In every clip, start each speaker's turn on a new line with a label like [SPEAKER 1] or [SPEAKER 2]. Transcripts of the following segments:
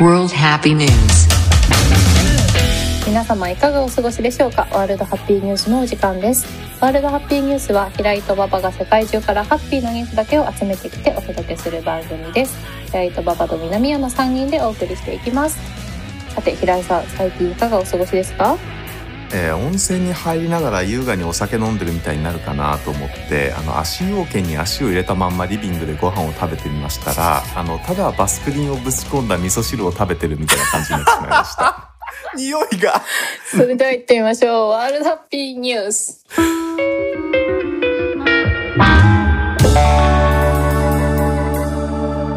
[SPEAKER 1] World Happy News.
[SPEAKER 2] 皆様いかがお過ごしでしょうかワールドハッピーニュースのお時間ですワールドハッピーニュースは平井と馬場が世界中からハッピーのニュースだけを集めてきてお届けする番組です平井と馬場と南山3人でお送りしていきますさて平井さん最近いかがお過ごしですか
[SPEAKER 3] えー温泉に入りながら優雅にお酒飲んでるみたいになるかなと思ってあの足湯桶に足を入れたまんまリビングでご飯を食べてみましたらあのただバスクリンをぶち込んだ味噌汁を食べてるみたいな感じになってしまいました 匂いが
[SPEAKER 2] それでは行ってみましょうワールドハッピーニュース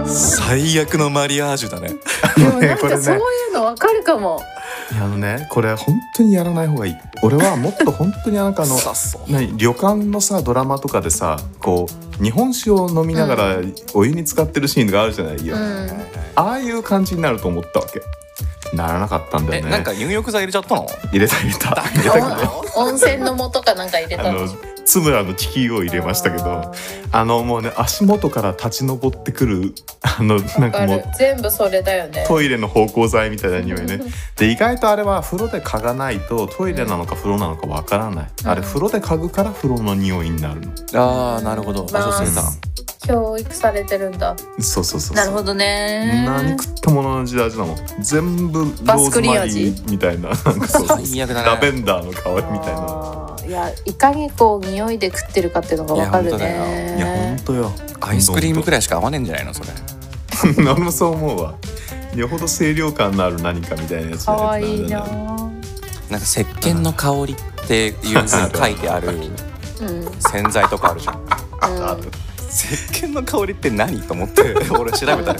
[SPEAKER 4] 最悪のマリアージュだね
[SPEAKER 2] でもなん
[SPEAKER 3] こ
[SPEAKER 2] か
[SPEAKER 3] れね
[SPEAKER 2] そういうのわかるかも、
[SPEAKER 3] いやあのねこれ本当にやらない方がいい俺はもっと本当 になんかあの
[SPEAKER 4] さっそう
[SPEAKER 3] 何旅館のさドラマとかでさこう日本酒を飲みながらお湯に浸かってるシーンがあるじゃないよ、
[SPEAKER 2] うん、
[SPEAKER 3] ああいう感じになると思ったわけならなかったんだ
[SPEAKER 4] え
[SPEAKER 3] よね
[SPEAKER 4] なんか入浴剤入れちゃったの
[SPEAKER 3] 入れた入れた入 れたけど
[SPEAKER 2] 温泉の素かなんか入れた
[SPEAKER 3] あ
[SPEAKER 2] んで
[SPEAKER 3] の
[SPEAKER 2] しょ
[SPEAKER 3] つむらの地球を入れましたけど
[SPEAKER 2] あ
[SPEAKER 3] あのもうね足元から立ち上ってくる あのな
[SPEAKER 2] ー
[SPEAKER 3] ん
[SPEAKER 2] わか
[SPEAKER 3] かもう
[SPEAKER 2] る全部それだよね
[SPEAKER 3] トイレの芳香剤みたいな匂いねで意外とあれは風呂で嗅がないとトイレなのか風呂なのかわからないあれ
[SPEAKER 2] うん
[SPEAKER 3] 風呂で嗅ぐから風呂の匂いになるの
[SPEAKER 4] ああなるほど
[SPEAKER 2] まあ
[SPEAKER 4] そうするんだ
[SPEAKER 2] 教育されてるんだ
[SPEAKER 3] そうそうそうそう
[SPEAKER 2] なるほどね
[SPEAKER 3] 何食ったものの味だ味だもん全部ロ
[SPEAKER 2] バ
[SPEAKER 3] ー
[SPEAKER 2] ス
[SPEAKER 3] ズ
[SPEAKER 2] クリン
[SPEAKER 3] マ
[SPEAKER 2] 味
[SPEAKER 3] リーみたいななんか そうそう
[SPEAKER 4] 最悪だね
[SPEAKER 3] ラベンダーの香りみたいな
[SPEAKER 2] あーいやいかにこう匂いで食ってるかっていうのがわかる
[SPEAKER 4] いや本当だ
[SPEAKER 2] ね
[SPEAKER 3] いやほんとよ
[SPEAKER 4] アイスクリームくらいしか合わねえんじゃないのそれ
[SPEAKER 3] 俺もそう思うわよほど清涼感のある何かみたいなやつ
[SPEAKER 2] か
[SPEAKER 3] だね
[SPEAKER 2] わいいな
[SPEAKER 3] なんだ
[SPEAKER 4] なんか石鹸の香りっていうふうに書いてある
[SPEAKER 2] うん、うん、
[SPEAKER 4] 洗剤とかあるじゃん
[SPEAKER 3] あと
[SPEAKER 4] 石鹸の香りって何と思って 俺調べたのよ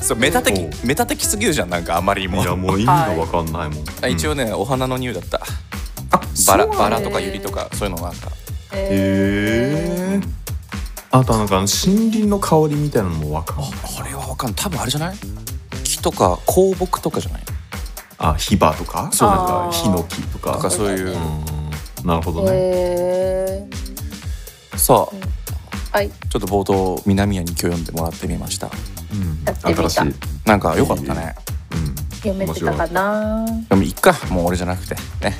[SPEAKER 4] そうメタ的
[SPEAKER 3] お
[SPEAKER 4] メタ的すぎるじゃんなんかあまりにも
[SPEAKER 3] いやもう意味がわかんないもん、
[SPEAKER 4] あ一応ね、お花の匂いだった
[SPEAKER 3] そ
[SPEAKER 4] バ
[SPEAKER 3] うな
[SPEAKER 4] ラ
[SPEAKER 3] んだ
[SPEAKER 4] バラとかユリとかそういうのがあった
[SPEAKER 2] え
[SPEAKER 3] へえあとなんかあの森林の香りみたいなのもわかんない
[SPEAKER 4] あれはわかんない多分あれじゃない木とか香木とかじゃない
[SPEAKER 3] あ火場とか
[SPEAKER 4] そう
[SPEAKER 3] なん
[SPEAKER 2] あー
[SPEAKER 3] かヒノキとか
[SPEAKER 4] とかそういう、
[SPEAKER 3] うんなるほどね、
[SPEAKER 2] え
[SPEAKER 4] さあ
[SPEAKER 2] はい
[SPEAKER 4] ちょっと冒頭南谷に今日読んでもらってみました
[SPEAKER 2] やってみ
[SPEAKER 3] う
[SPEAKER 2] た
[SPEAKER 3] ん、新しい、うん、
[SPEAKER 4] なんか良かったね
[SPEAKER 2] 読めてたかな
[SPEAKER 4] でもいっかもう俺じゃなくてね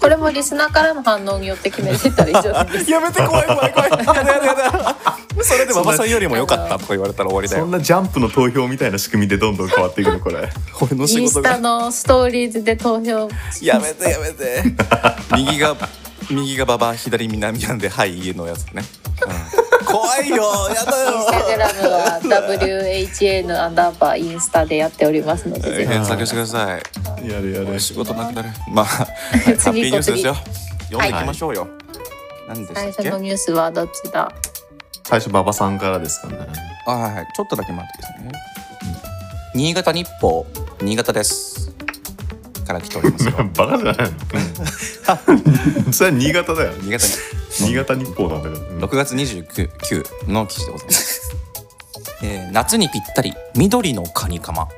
[SPEAKER 2] これもリスナーからの反応によって決めてったら以上です
[SPEAKER 4] やめて怖い怖い怖いやだやだやだそれで馬場さんよりも良かったとか言われたら終わりだ
[SPEAKER 3] そん
[SPEAKER 4] よ
[SPEAKER 3] なジャンプの投票みたいな仕組みでどんどん変わっていくのこれ
[SPEAKER 4] 俺の
[SPEAKER 2] イ
[SPEAKER 4] 仕
[SPEAKER 2] ンス
[SPEAKER 4] 事
[SPEAKER 2] タ
[SPEAKER 4] が
[SPEAKER 2] のストーリーズで投票
[SPEAKER 4] やめてやめて右が右が馬場左南谷ではい家のやつね、うん怖いよやだ
[SPEAKER 2] インスタグラムは WHN アンダーバーインスタでやっておりますのでぜ
[SPEAKER 4] よ
[SPEAKER 2] ひ
[SPEAKER 4] 検索してください
[SPEAKER 3] やるやる
[SPEAKER 4] 仕事なくなるま あハッピーニュースですよ読んでいきましょうよ、何で
[SPEAKER 2] 最
[SPEAKER 4] した
[SPEAKER 2] 初
[SPEAKER 4] っけ
[SPEAKER 2] のニュースはどっちだ
[SPEAKER 3] 最初馬場さんからですかね
[SPEAKER 4] あはいはいちょっとだけ待ってくださいね、新潟日報新潟ですから来ておりますよ
[SPEAKER 3] バカじゃないのそれは新潟だよ
[SPEAKER 4] 新潟に
[SPEAKER 3] 新潟日報なんだけど、うん
[SPEAKER 4] 6月29の記事でございます、 えー夏にぴったり緑のカニカマ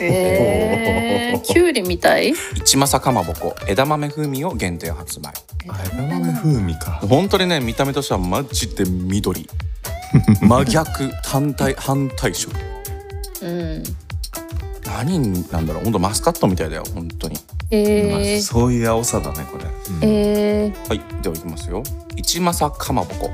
[SPEAKER 2] えー、キュウリみたい
[SPEAKER 4] 一政かまぼこ枝豆風味を限定発売
[SPEAKER 3] 枝豆風味か
[SPEAKER 4] 本当にね見た目としてはマジで緑真逆反対反対色
[SPEAKER 2] うん
[SPEAKER 4] 何なんだろう本当マスカットみたいだよ本当に
[SPEAKER 2] えー、
[SPEAKER 3] そういう青さだねこれ、
[SPEAKER 2] えー、
[SPEAKER 4] はい、ではいきますよ。一政かまぼこ、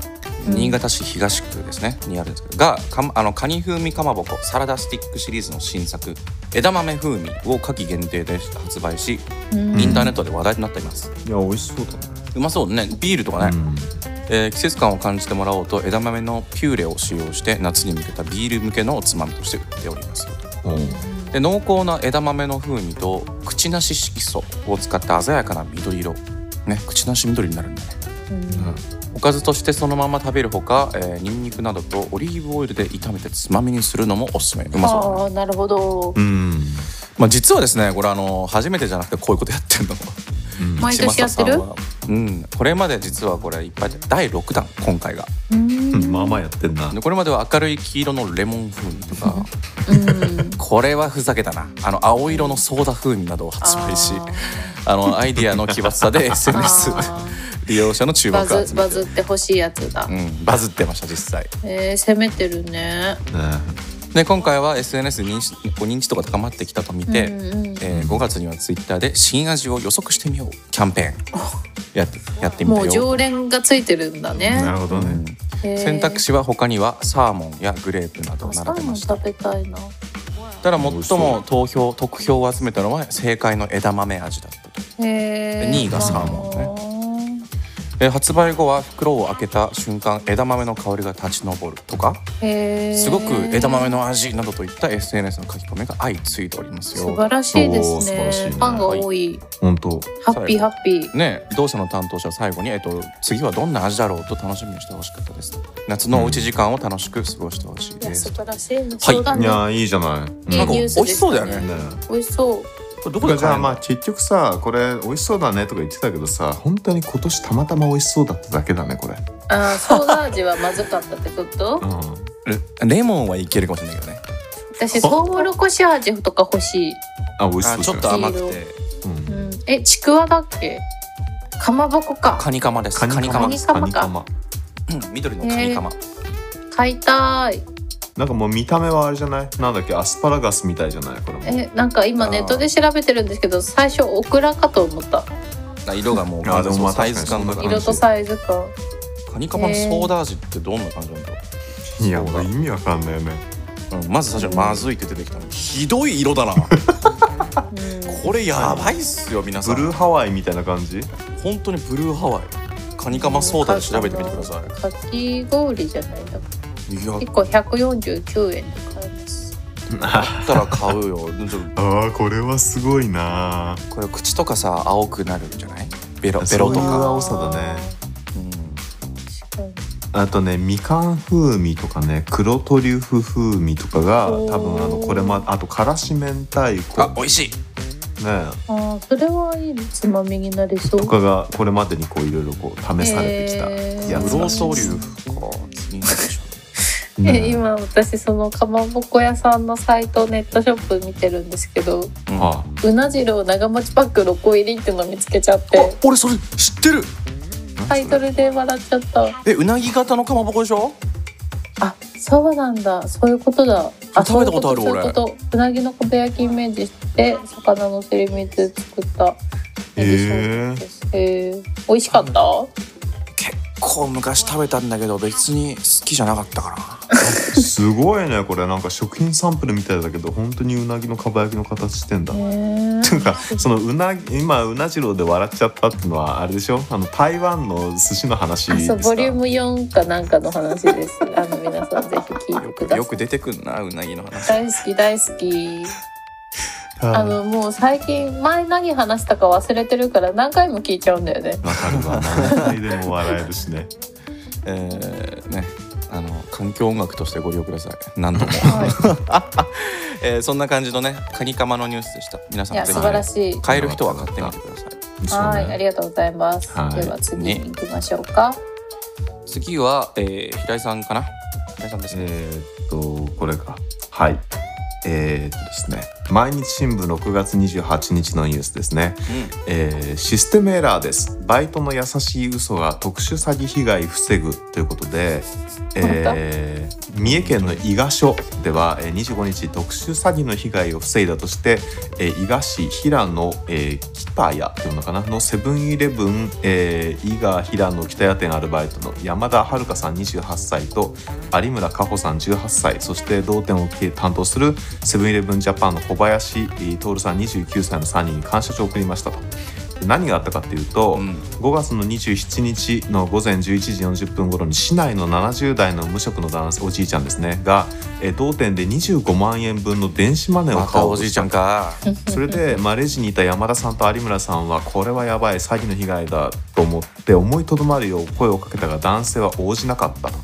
[SPEAKER 2] うん
[SPEAKER 4] 新潟市東区ですね、にあるんですけど、が、かまあのカニ風味かまぼこ、サラダスティックシリーズの新作。枝豆風味を夏季限定で発売し、
[SPEAKER 2] うん
[SPEAKER 4] インターネットで話題となっています。
[SPEAKER 3] いや美味しそうだね
[SPEAKER 4] うまそうね、ビールとかね、えー季節感を感じてもらおうと、枝豆のピューレを使用して、夏に向けたビール向けのおつまみとして売っております。
[SPEAKER 3] うん、
[SPEAKER 4] で濃厚な枝豆の風味と口なし色素を使った鮮やかな緑色ね口なし緑になるんだね
[SPEAKER 2] うん
[SPEAKER 4] おかずとしてそのまま食べるほか、えー、ニンニクなどとオリーブオイルで炒めてつまみにするのもおすすめうまそう、
[SPEAKER 2] ああなるほど
[SPEAKER 3] うん、
[SPEAKER 4] まあ、実はですねこれあの初めてじゃなくてこういうことやってんの
[SPEAKER 2] 毎年やって
[SPEAKER 4] 島
[SPEAKER 2] る
[SPEAKER 4] 佐さんはうんこれまで実はこれいっぱいで第6弾今回が
[SPEAKER 2] うん
[SPEAKER 3] うん、まあまあやってんな
[SPEAKER 4] でこれまでは明るい黄色のレモン風味とかこれはふざけたなあの青色のソーダ風味などを発売しあのアイディアの奇抜さで SNS
[SPEAKER 2] あ
[SPEAKER 4] 利用者の注目
[SPEAKER 2] バ
[SPEAKER 4] を集め
[SPEAKER 2] ズ
[SPEAKER 4] て
[SPEAKER 2] バズって欲しいやつだ
[SPEAKER 4] う、ん、バズってました実際
[SPEAKER 2] えー、攻めてるね
[SPEAKER 3] ね
[SPEAKER 4] で今回は SNS 認知こう認知度が高まってきたと見て、
[SPEAKER 2] うんうん
[SPEAKER 4] えー5月にはツイッターで新味を予測してみようキャンペーンやってやってみ
[SPEAKER 2] も
[SPEAKER 4] た
[SPEAKER 2] う
[SPEAKER 4] よ。
[SPEAKER 2] 常連がついてるんだね
[SPEAKER 3] なるほどね。
[SPEAKER 2] へー
[SPEAKER 4] 選択肢は他にはサーモンやグレープなどを
[SPEAKER 2] サ
[SPEAKER 4] 並
[SPEAKER 2] ー
[SPEAKER 4] べ
[SPEAKER 2] モ
[SPEAKER 4] ま
[SPEAKER 2] ン
[SPEAKER 4] した
[SPEAKER 2] 食べたいな
[SPEAKER 4] ただ最も投票得票を集めたのは正解の枝豆味だったと
[SPEAKER 2] へ
[SPEAKER 4] 二位がサー
[SPEAKER 2] モンね
[SPEAKER 4] えー発売後は袋を開けた瞬間枝豆の香りが立ち上るとか
[SPEAKER 2] へー
[SPEAKER 4] すごく枝豆の味などといった SNS の書き込みが相次いでおります
[SPEAKER 2] 素
[SPEAKER 4] よ
[SPEAKER 2] 晴。らしいで
[SPEAKER 3] おー
[SPEAKER 2] す
[SPEAKER 3] 素晴らしい
[SPEAKER 2] ね
[SPEAKER 3] ね
[SPEAKER 2] ファンが多い
[SPEAKER 3] 本当。
[SPEAKER 2] ハッピーハッピー
[SPEAKER 4] ね、同社の担当者は最後に、えっと、次はどんな味だろうと楽しみにしてほしかったです夏のおうち時間を楽しく過ごしてほしい
[SPEAKER 2] い
[SPEAKER 4] で
[SPEAKER 2] や
[SPEAKER 4] す
[SPEAKER 2] 素、晴らしいねそうだ
[SPEAKER 3] い
[SPEAKER 2] ね
[SPEAKER 3] やいいじゃない。
[SPEAKER 2] い
[SPEAKER 4] ないんか
[SPEAKER 2] ニュ
[SPEAKER 4] 美
[SPEAKER 2] ースで
[SPEAKER 4] 味しそうだよね
[SPEAKER 2] し
[SPEAKER 3] ね
[SPEAKER 2] 美味しそう
[SPEAKER 4] これど
[SPEAKER 3] 僕
[SPEAKER 4] こ
[SPEAKER 3] が
[SPEAKER 4] で
[SPEAKER 3] じゃあ
[SPEAKER 4] 買える
[SPEAKER 3] ま
[SPEAKER 4] の
[SPEAKER 3] あ結局さこれ美味しそうだねとか言ってたけどさ本当に今年たまたま美味しそうだっただけだねこれ。
[SPEAKER 2] あーソーダ味はまずかったってこと
[SPEAKER 3] うん。
[SPEAKER 4] レレモンはいけるかもしれないけどね
[SPEAKER 2] 私トウモロコシ味とか欲しい、
[SPEAKER 3] あ美味し
[SPEAKER 4] あ
[SPEAKER 3] そう
[SPEAKER 4] ちょっと
[SPEAKER 2] あ
[SPEAKER 4] 甘くて
[SPEAKER 3] うん
[SPEAKER 2] うん、えちくわだっけかまぼこか
[SPEAKER 4] カニカマです
[SPEAKER 3] カ
[SPEAKER 4] カ
[SPEAKER 3] ニ
[SPEAKER 4] ニ
[SPEAKER 3] カ
[SPEAKER 4] カ
[SPEAKER 3] マ
[SPEAKER 4] マ
[SPEAKER 2] ニカマか
[SPEAKER 3] カニカマ
[SPEAKER 4] うん緑のカニカマ、
[SPEAKER 2] 買いたい
[SPEAKER 3] なんかもう見た目はあれじゃないなんだっけアスパラガスみたいじゃないこれも
[SPEAKER 2] えなんか今
[SPEAKER 4] あー
[SPEAKER 2] ネットで調べてるんですけど最初オクラかと思った
[SPEAKER 4] あ色がもう
[SPEAKER 3] あでもまあ
[SPEAKER 4] サイズ感と
[SPEAKER 3] 確
[SPEAKER 4] か
[SPEAKER 3] かに
[SPEAKER 2] 色とサイズ感
[SPEAKER 4] カニカマのソーダ味ってどんな感じなんだろ
[SPEAKER 3] いやもう意味わかんないよね
[SPEAKER 4] う、うんまず最初にまずいって出てきたのひどい色だなこれやばいっすよ皆さ
[SPEAKER 3] ブ
[SPEAKER 4] ん
[SPEAKER 3] ルーハワイみたいな感じ
[SPEAKER 4] 本当にブルーハワイカニカマソーダで調べてみてくださ
[SPEAKER 2] いかき氷じゃないんだ
[SPEAKER 4] いいや
[SPEAKER 2] 1個149円で買えます
[SPEAKER 4] だったら買うよちょっ
[SPEAKER 3] ああこれはすごいな
[SPEAKER 4] とこれ口とかさ青くなるんじゃないベロベロと
[SPEAKER 3] そういう
[SPEAKER 4] か
[SPEAKER 3] 青さだね
[SPEAKER 4] うん
[SPEAKER 2] あー確か
[SPEAKER 3] あとねみかん風味とかね黒トリュフ風味とかが
[SPEAKER 2] おー
[SPEAKER 3] 多分あのこれもあとからし明太子
[SPEAKER 4] あ美味しい
[SPEAKER 3] ね
[SPEAKER 2] にあーそれはいいつまみになりそう
[SPEAKER 3] とかがこれまでにこういろいろこう試されてきた
[SPEAKER 2] えー
[SPEAKER 3] や
[SPEAKER 4] ブ
[SPEAKER 3] つ
[SPEAKER 4] ロ
[SPEAKER 3] ら
[SPEAKER 4] ー
[SPEAKER 3] しい
[SPEAKER 4] ソリューか気になるでしょ
[SPEAKER 2] え
[SPEAKER 3] ね
[SPEAKER 2] 今私そのかまぼこ屋さんのサイトネットショップ見てるんですけど
[SPEAKER 4] うん
[SPEAKER 3] あ
[SPEAKER 2] うなじろう長持ちパック6個入りっていうの見つけちゃっ
[SPEAKER 4] あ
[SPEAKER 2] て
[SPEAKER 4] 俺それ知ってる
[SPEAKER 2] タイトルで笑っちゃった
[SPEAKER 4] えうなぎ型のかまぼこでしょ
[SPEAKER 2] あそうなんだそういうことだあ
[SPEAKER 4] 食べたことある
[SPEAKER 2] そういうとそういうことうなぎの小部焼きイメージして魚のすり身作った
[SPEAKER 3] へー
[SPEAKER 2] えー、美味しかった
[SPEAKER 4] 結構昔食べたんだけど別に好きじゃなかったから
[SPEAKER 3] すごいねこれなんか食品サンプルみたいだけど本当にうなぎのかば焼きの形してんだ
[SPEAKER 2] ね
[SPEAKER 3] っていうかそのうなぎ今うなじろうで笑っちゃったっていうのはあれでしょあの台湾の寿司の話
[SPEAKER 2] あ
[SPEAKER 3] です
[SPEAKER 2] そう
[SPEAKER 3] か
[SPEAKER 2] ボリューム4かなんかの話ですあの皆さんぜひ聞いてください
[SPEAKER 4] よく出てくんなうなぎの話
[SPEAKER 2] 大好き大好き
[SPEAKER 3] はい
[SPEAKER 2] あのもう最近前何話したか忘れてるから何回も聞いちゃうんだよね
[SPEAKER 3] わかるわ何回でも笑えるしね
[SPEAKER 4] えー、ねあの環境音楽としてご利用ください何 度も、 えーそんな感じのねカニカマのニュースでした皆さ
[SPEAKER 2] い
[SPEAKER 4] ん
[SPEAKER 2] や
[SPEAKER 4] ぜ
[SPEAKER 2] 素
[SPEAKER 4] ひ
[SPEAKER 2] 晴らしい
[SPEAKER 4] 買える人は買ってみてください
[SPEAKER 2] はいありがとうございます、
[SPEAKER 3] はい
[SPEAKER 2] では次に行きましょうか、
[SPEAKER 4] 次は、えー平井さんかな平井さんですね、
[SPEAKER 3] えーっとこれかはいえーっとですね毎日新聞6月28日のニュースですね、えーシステムエラーですバイトの優しい嘘が特殊詐欺被害防ぐということで、えー三重県の伊賀署ではえー25日特殊詐欺の被害を防いだとして、えー伊賀市平野、えー北谷っていうのかなのセブンイレブン、えー伊賀平野北谷店アルバイトの山田遥さん28歳と有村佳穂さん18歳そして同店を担当するセブンイレブンジャパンの小林えー徹さん29歳の3人に感謝状を送りましたと。で何があったかっていうと、
[SPEAKER 4] うん
[SPEAKER 3] 5月の27日の午前11時40分頃に市内の70代の無職の男性おじいちゃんですねが、えー同店で25万円分の電子マネーを
[SPEAKER 4] ま
[SPEAKER 3] 買
[SPEAKER 4] た
[SPEAKER 3] お
[SPEAKER 4] お
[SPEAKER 3] うと
[SPEAKER 4] じい
[SPEAKER 3] し
[SPEAKER 4] ちゃ
[SPEAKER 3] た
[SPEAKER 4] んか
[SPEAKER 3] それで、まあ、レジにいた山田さんと有村さんはこれはやばい詐欺の被害だと思って思いとどまるよう声をかけたが男性は応じなかったと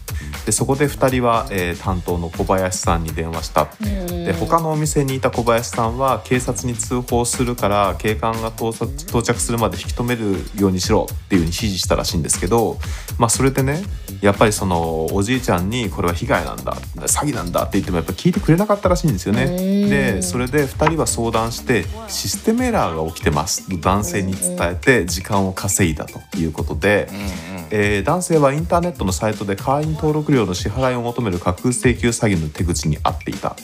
[SPEAKER 3] でそこで2人は、えー担当の小林さんに電話したで他のお店にいた小林さんは警察に通報するから警官が到着到着するまで引き止めるようにしろっていうふうに指示したらしいんですけど、まあ、それでねやっぱりそのおじいちゃんにこれは被害なんだ詐欺なんだって言ってもやっぱ聞いてくれなかったらしいんですよね。でそれで2人は相談してシステムエラーが起きてますと男性に伝えて時間を稼いだということで。
[SPEAKER 4] うんうん
[SPEAKER 3] えー男性はインターネットのサイトで会員登録料の支払いを求める架空請求詐欺の手口に遭っていた、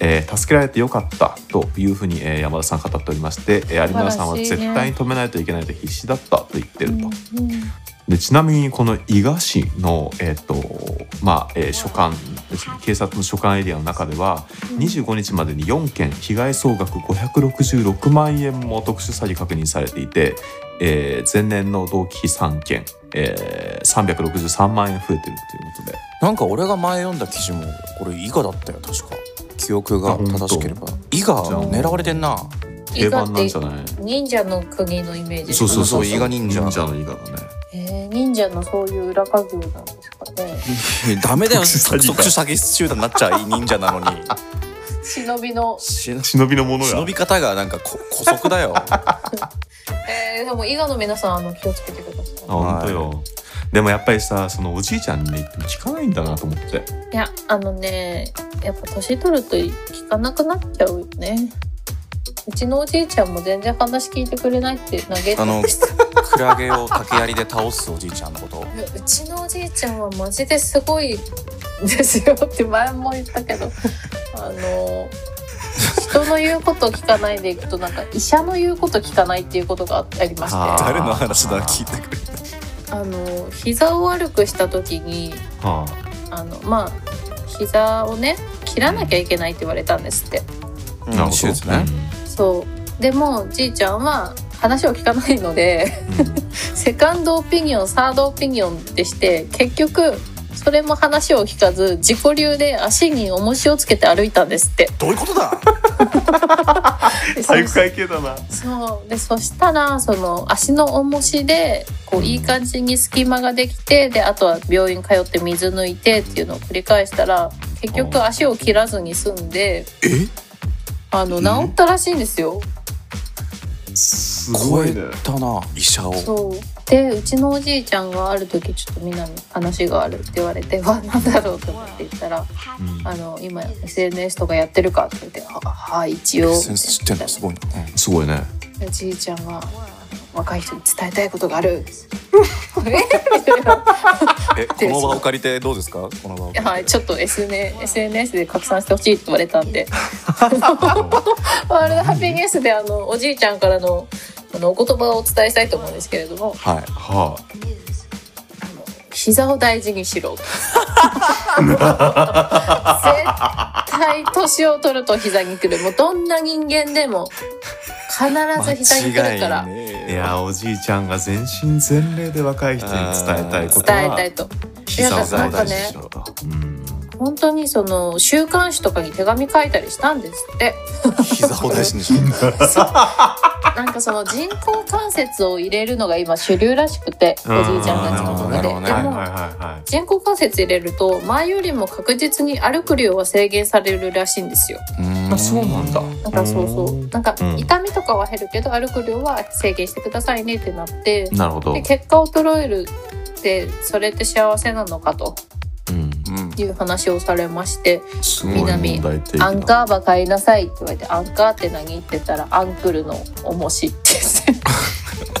[SPEAKER 3] えー助けられてよかったというふうに、えー山田さん語っておりまして、えー有村さんは
[SPEAKER 2] 素晴らしい
[SPEAKER 3] 絶
[SPEAKER 2] ね
[SPEAKER 3] 対に止めないといけないと必死だったと言ってると、
[SPEAKER 2] うん
[SPEAKER 3] でちなみにこの伊賀市の、えーとまあえー所管ですね警察の所管エリアの中では25日までに4件被害総額566万円も特殊詐欺確認されていて、えー前年の同期比3件、えー、363万円増えてるということで
[SPEAKER 4] なんか俺が前読んだ記事もこれ伊賀だったよ確か記憶が正しければ伊賀狙われてんな
[SPEAKER 3] 定番なんじゃない
[SPEAKER 2] 忍者の国のイメージ
[SPEAKER 3] そうそうそう
[SPEAKER 4] そう伊賀忍者
[SPEAKER 3] 忍者の伊賀だね
[SPEAKER 2] えー忍者のそういう裏稼業なんですかね
[SPEAKER 4] ダメだよ
[SPEAKER 3] 特殊詐欺だ
[SPEAKER 4] 特殊詐欺集団になっちゃいい忍者な のに
[SPEAKER 2] 忍びの
[SPEAKER 4] 忍
[SPEAKER 3] 忍びのものが
[SPEAKER 4] び方がなんかこ古速だよ
[SPEAKER 2] えー、でも伊賀の皆さんあの気をつけてくださ
[SPEAKER 3] あ本当よ、でもやっぱりさそのおじいちゃんにね言っても聞かないんだなと思って
[SPEAKER 2] いいやあのねやっぱ年取ると聞かなくなっちゃうよねうちのおじいちゃんも全然話聞いてくれないって嘆いて
[SPEAKER 4] あ
[SPEAKER 2] た
[SPEAKER 4] の
[SPEAKER 2] んです
[SPEAKER 4] クラゲを竹槍で倒すおじいちゃんのこと
[SPEAKER 2] いやうちのおじいちゃんはマジですごいですよって前も言ったけどあの人の言うことを聞かないでいくとなんか医者の言うこと聞かないっていうことがありまして
[SPEAKER 3] あー
[SPEAKER 2] あ
[SPEAKER 4] 誰の話だ聞いてくれ
[SPEAKER 2] の膝を悪くした時に
[SPEAKER 3] は
[SPEAKER 2] あのまあ膝をね切らなきゃいけないって言われたんですって
[SPEAKER 3] あ、なるほど
[SPEAKER 4] 手術ね、
[SPEAKER 2] そうでもじいちゃんは話を聞かないので
[SPEAKER 3] うんうん
[SPEAKER 2] セカンドオピニオンサードオピニオンでして結局それも話を聞かず自己流で足に重しをつけて歩いたんですって
[SPEAKER 4] どういうこ とだ
[SPEAKER 2] でそ
[SPEAKER 3] 体育会系だな。
[SPEAKER 2] そうでそしたらその足の重しでこういい感じに隙間ができてであとは病院通って水抜いてっていうのを繰り返したら結局足を切らずに済んで
[SPEAKER 4] え
[SPEAKER 2] あの治ったらしいんですよ。
[SPEAKER 3] す
[SPEAKER 4] 超えたな医者を
[SPEAKER 2] そうでうちのおじいちゃんがある時ちょっとみんなに話があるって言われて「 わなんだろう?」と思って言ったら「あの今 SNS とかやってるか?」って言って「ははい一応」
[SPEAKER 4] センス知ってんのすごいな、
[SPEAKER 3] すごいね。
[SPEAKER 2] おじいちゃんは若い人に伝えたいことがあ る。え
[SPEAKER 4] えこの場を借りてどうですかこの場を借りて
[SPEAKER 2] はい、ちょっと SNS, SNS で拡散してほしいって言われたん でワールドハッピーニュースであのおじいちゃんからのあのお言葉をお伝えしたいと思うんですけれども
[SPEAKER 4] はい
[SPEAKER 3] は
[SPEAKER 2] あの膝を大事にしろ絶対年を取ると膝にくるもうどんな人間でも必ず膝にくるから伝
[SPEAKER 4] 間違いね
[SPEAKER 3] あ。
[SPEAKER 4] え
[SPEAKER 3] い
[SPEAKER 4] よ
[SPEAKER 3] やーおじいちゃんが全身全霊で若い人に伝えたいことは
[SPEAKER 2] えたいと
[SPEAKER 3] 膝を
[SPEAKER 2] なんか
[SPEAKER 3] 大事に
[SPEAKER 2] ね
[SPEAKER 3] しろと。うん
[SPEAKER 2] 本当にその週刊誌とかに手紙書いたりしたんですって
[SPEAKER 4] 膝を大事にしろ
[SPEAKER 2] なんかその人工関節を入れるのが今主流らしくておじいちゃんたちの中
[SPEAKER 4] なる
[SPEAKER 2] で
[SPEAKER 4] ほどね
[SPEAKER 2] で
[SPEAKER 3] はいはい
[SPEAKER 2] も
[SPEAKER 3] は
[SPEAKER 2] 人工関節入れると前よりも確実に歩く量は制限されるらしいんですよ
[SPEAKER 3] い。あそうなんだ。
[SPEAKER 2] なんかそうそううんなんか
[SPEAKER 3] うん
[SPEAKER 2] 痛みとかは減るけど歩く量は制限してくださいねってなって
[SPEAKER 3] なるほど
[SPEAKER 2] で。結果衰えるってそれって幸せなのかと
[SPEAKER 3] うん。
[SPEAKER 4] うん
[SPEAKER 2] いう話をされまして
[SPEAKER 3] す
[SPEAKER 2] ごい南問
[SPEAKER 3] 題提
[SPEAKER 2] 「アンカーバ買いなさい」って言われて「アンカーって何?」って言ったら「アンクルの重し」って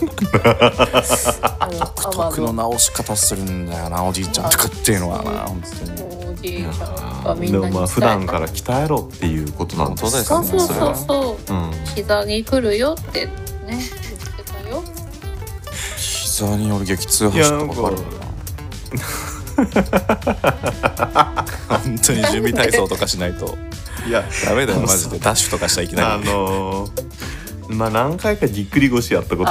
[SPEAKER 2] 言ってあの
[SPEAKER 4] 独
[SPEAKER 2] アマ
[SPEAKER 4] 特
[SPEAKER 2] ゾ
[SPEAKER 4] の
[SPEAKER 2] ン
[SPEAKER 4] 直し方するんだよなおじいちゃんとかっていうのはな本当に
[SPEAKER 2] のおじいちゃんがみ
[SPEAKER 3] で
[SPEAKER 2] んなに伝え
[SPEAKER 3] もまあ普段から鍛えろっていうことなんですね
[SPEAKER 2] そうそう
[SPEAKER 4] それ
[SPEAKER 2] そ
[SPEAKER 4] は
[SPEAKER 2] うそう
[SPEAKER 3] うん。
[SPEAKER 2] 膝に来るよってね言ってたよ
[SPEAKER 4] 膝による激痛走ったことあるもん
[SPEAKER 3] い
[SPEAKER 4] な本当に準備体操とかしないと
[SPEAKER 3] いや
[SPEAKER 4] ダメだよマジでダッシュとかしたらいきな
[SPEAKER 3] あ
[SPEAKER 4] り
[SPEAKER 3] のーまあ何回かぎっくり腰やったことが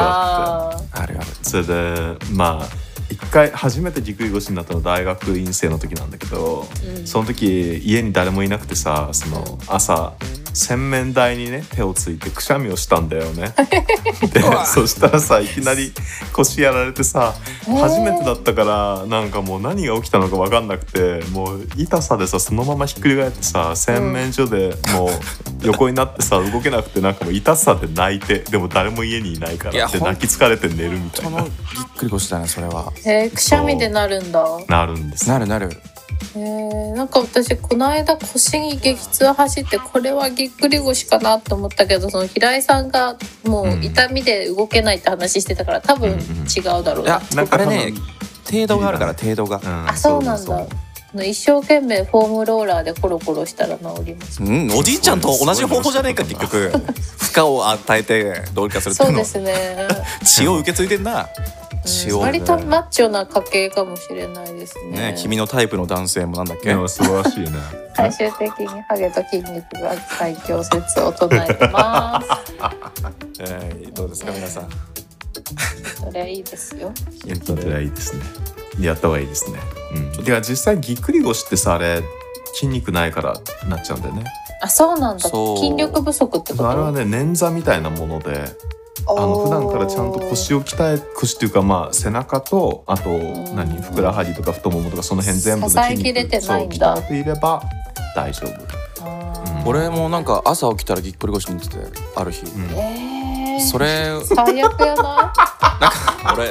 [SPEAKER 3] あって。
[SPEAKER 2] あ
[SPEAKER 4] あるある
[SPEAKER 3] それでまあ一回初めてぎっくり腰になったの大学院生の時なんだけど、
[SPEAKER 2] うん
[SPEAKER 3] その時家に誰もいなくてさその朝洗面台にね手をついてくしゃみをしたんだよね。でそしたらさいきなり腰やられてさ
[SPEAKER 2] ー
[SPEAKER 3] 初めてだったからなんかもう何が起きたのか分かんなくてもう痛さでさそのままひっくり返ってさ洗面所でもう横になってさ動けなくてなんかもう痛さで泣いてでも誰も家にいないか
[SPEAKER 4] いや
[SPEAKER 3] らって
[SPEAKER 4] ほん
[SPEAKER 3] 泣き疲れて寝るみた
[SPEAKER 4] そ
[SPEAKER 3] い
[SPEAKER 4] の
[SPEAKER 3] な
[SPEAKER 4] ぎっくり腰だねそれは
[SPEAKER 2] ーへえくしゃみでなるんだ
[SPEAKER 3] なるんです
[SPEAKER 4] なるなる
[SPEAKER 2] へえなんか私この間腰に激痛走ってこれはぎっくり腰かなと思ったけどその平井さんがもう痛みで動けないって話してたから多分違うだろう
[SPEAKER 4] い
[SPEAKER 2] な、
[SPEAKER 4] や
[SPEAKER 3] なん
[SPEAKER 4] あ
[SPEAKER 3] か
[SPEAKER 4] れね程度があるから程度が。
[SPEAKER 3] うん
[SPEAKER 2] あそうなん
[SPEAKER 3] そう
[SPEAKER 2] だ一生懸命フォームローラーでコロコロしたら治ります
[SPEAKER 4] うん、おじいちゃんと同じ方法じゃねえか結局負荷を与えてどうにかするってい
[SPEAKER 2] そうう
[SPEAKER 4] の
[SPEAKER 2] ですね、
[SPEAKER 4] 血を受け継いでんな血
[SPEAKER 2] うん、
[SPEAKER 4] を
[SPEAKER 2] 割とマッチョな家系かもしれないですね
[SPEAKER 4] ね君のタイプの男性もなんだっけ
[SPEAKER 3] でも素晴らしいね
[SPEAKER 2] 最終的にハゲと筋肉が最強説を唱えてま
[SPEAKER 4] はいどうですか皆さん
[SPEAKER 2] すそれはいいですよ
[SPEAKER 3] いや筋トレはいいですねやった方がいいですねうんてか実際ぎっくり腰ってさあれ筋肉ないからなっちゃうんだよね
[SPEAKER 2] あそうなんだ
[SPEAKER 4] そう
[SPEAKER 2] 筋力不足ってこと
[SPEAKER 3] あれはね捻挫みたいなもので
[SPEAKER 2] あ
[SPEAKER 3] あの普段からちゃんと腰を鍛え腰っていうかまあ背中とあと
[SPEAKER 2] ん
[SPEAKER 3] 何ふくらはぎとか太ももとかその辺全部の筋肉
[SPEAKER 2] 支えきれてないんだ
[SPEAKER 3] そう鍛えていれば大丈夫
[SPEAKER 2] あ
[SPEAKER 3] 俺
[SPEAKER 4] 俺もなんか朝起きたらぎっくり腰になっててある日、
[SPEAKER 2] ーえー、
[SPEAKER 4] それ
[SPEAKER 2] 最悪やな
[SPEAKER 4] 俺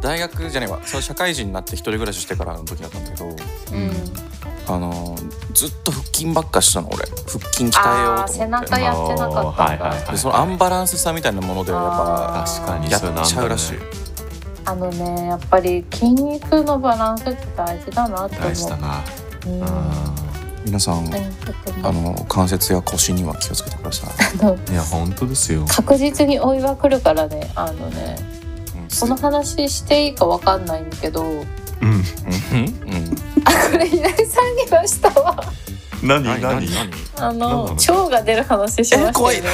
[SPEAKER 4] 大学じゃねえわそれ社会人になって一人暮らししてからの時だったんだけど
[SPEAKER 2] うん
[SPEAKER 4] あのーずっと腹筋ばっかしてたの俺腹筋鍛えよう
[SPEAKER 2] あー
[SPEAKER 4] と
[SPEAKER 2] 背
[SPEAKER 4] 思って
[SPEAKER 2] 中やってなかったんだ、
[SPEAKER 3] あーはいはいはい
[SPEAKER 4] でそのアンバランスさみたいなものでやっぱ
[SPEAKER 2] あー
[SPEAKER 3] 確かに
[SPEAKER 4] や
[SPEAKER 3] そういうの
[SPEAKER 4] っちゃうらしい、
[SPEAKER 2] あのねやっぱり筋肉のバランスって大事だなって思う
[SPEAKER 3] 大事だな
[SPEAKER 2] うん
[SPEAKER 3] う
[SPEAKER 4] 皆さん
[SPEAKER 2] 何とっても
[SPEAKER 4] あの関節や腰には気をつけてください
[SPEAKER 3] んいや本当ですよ
[SPEAKER 2] 確実に追いは来るからねあのねこの話していいかわかんないんだけど
[SPEAKER 3] うん
[SPEAKER 4] うんうん
[SPEAKER 2] あこれ平井さんにはしたわ
[SPEAKER 3] 何
[SPEAKER 4] 何何
[SPEAKER 3] 何
[SPEAKER 4] 何
[SPEAKER 2] あ
[SPEAKER 3] な
[SPEAKER 2] の
[SPEAKER 3] んなの
[SPEAKER 2] 腸が出る話しましたよ
[SPEAKER 4] え怖い
[SPEAKER 2] ね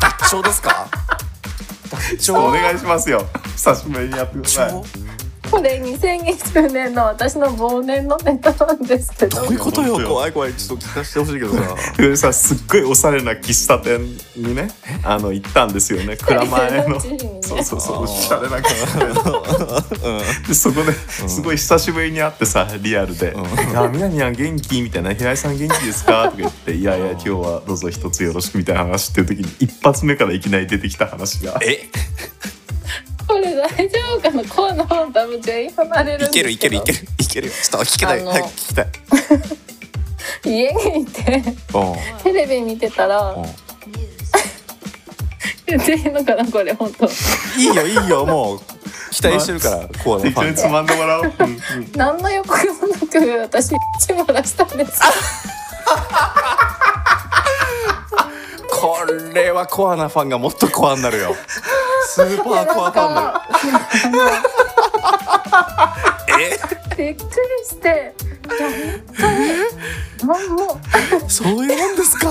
[SPEAKER 4] 脱腸ですか
[SPEAKER 3] ちょお願いしますよ久しぶりにやってくだ
[SPEAKER 4] 脱
[SPEAKER 3] さい
[SPEAKER 4] 腸
[SPEAKER 2] これ2020年の私の忘年のネタなんですけど
[SPEAKER 4] どういうこと
[SPEAKER 3] 本
[SPEAKER 4] よ
[SPEAKER 3] 当よ
[SPEAKER 4] 怖い怖いちょっと聞かせてほしいけどさ
[SPEAKER 3] 上さんすっご いおしゃれな喫茶店にねあの行ったんですよね蔵 前のそうそうそうおしゃれな喫茶店でそこですごい久しぶりに会ってさリアルで
[SPEAKER 4] うん
[SPEAKER 3] 「あみなみやん元気?」みたいな「平井さん元気ですか?」とか言って「いやいや今日はどうぞ一つよろしく」みたいな話っていう時に一発目からいきなり出てきた話が
[SPEAKER 4] え
[SPEAKER 2] これ大丈夫かなコーナーも多分全員離れる
[SPEAKER 4] い
[SPEAKER 2] んですけ
[SPEAKER 4] け
[SPEAKER 2] ど
[SPEAKER 4] るいけるいけるいけるよちょっと聞きたい
[SPEAKER 2] あの
[SPEAKER 4] 早く聞きたい
[SPEAKER 2] 家にいて
[SPEAKER 4] う
[SPEAKER 2] テ
[SPEAKER 4] ん
[SPEAKER 2] レビ見てたら
[SPEAKER 4] う
[SPEAKER 2] 言っていいのかなこれ本当
[SPEAKER 4] んいいよいいよもう期待してるからコアの
[SPEAKER 3] 適
[SPEAKER 4] フ
[SPEAKER 3] 当
[SPEAKER 4] ァ
[SPEAKER 3] に
[SPEAKER 4] ン
[SPEAKER 3] つ
[SPEAKER 4] が
[SPEAKER 3] まんでもらおう、うんうん
[SPEAKER 2] 何の予告もなく私口漏らしたんです
[SPEAKER 4] これはコアなファンがもっとコアになる よスーパーコアファンだよ
[SPEAKER 2] びっくりしていや本当に何も
[SPEAKER 4] そういうもんですか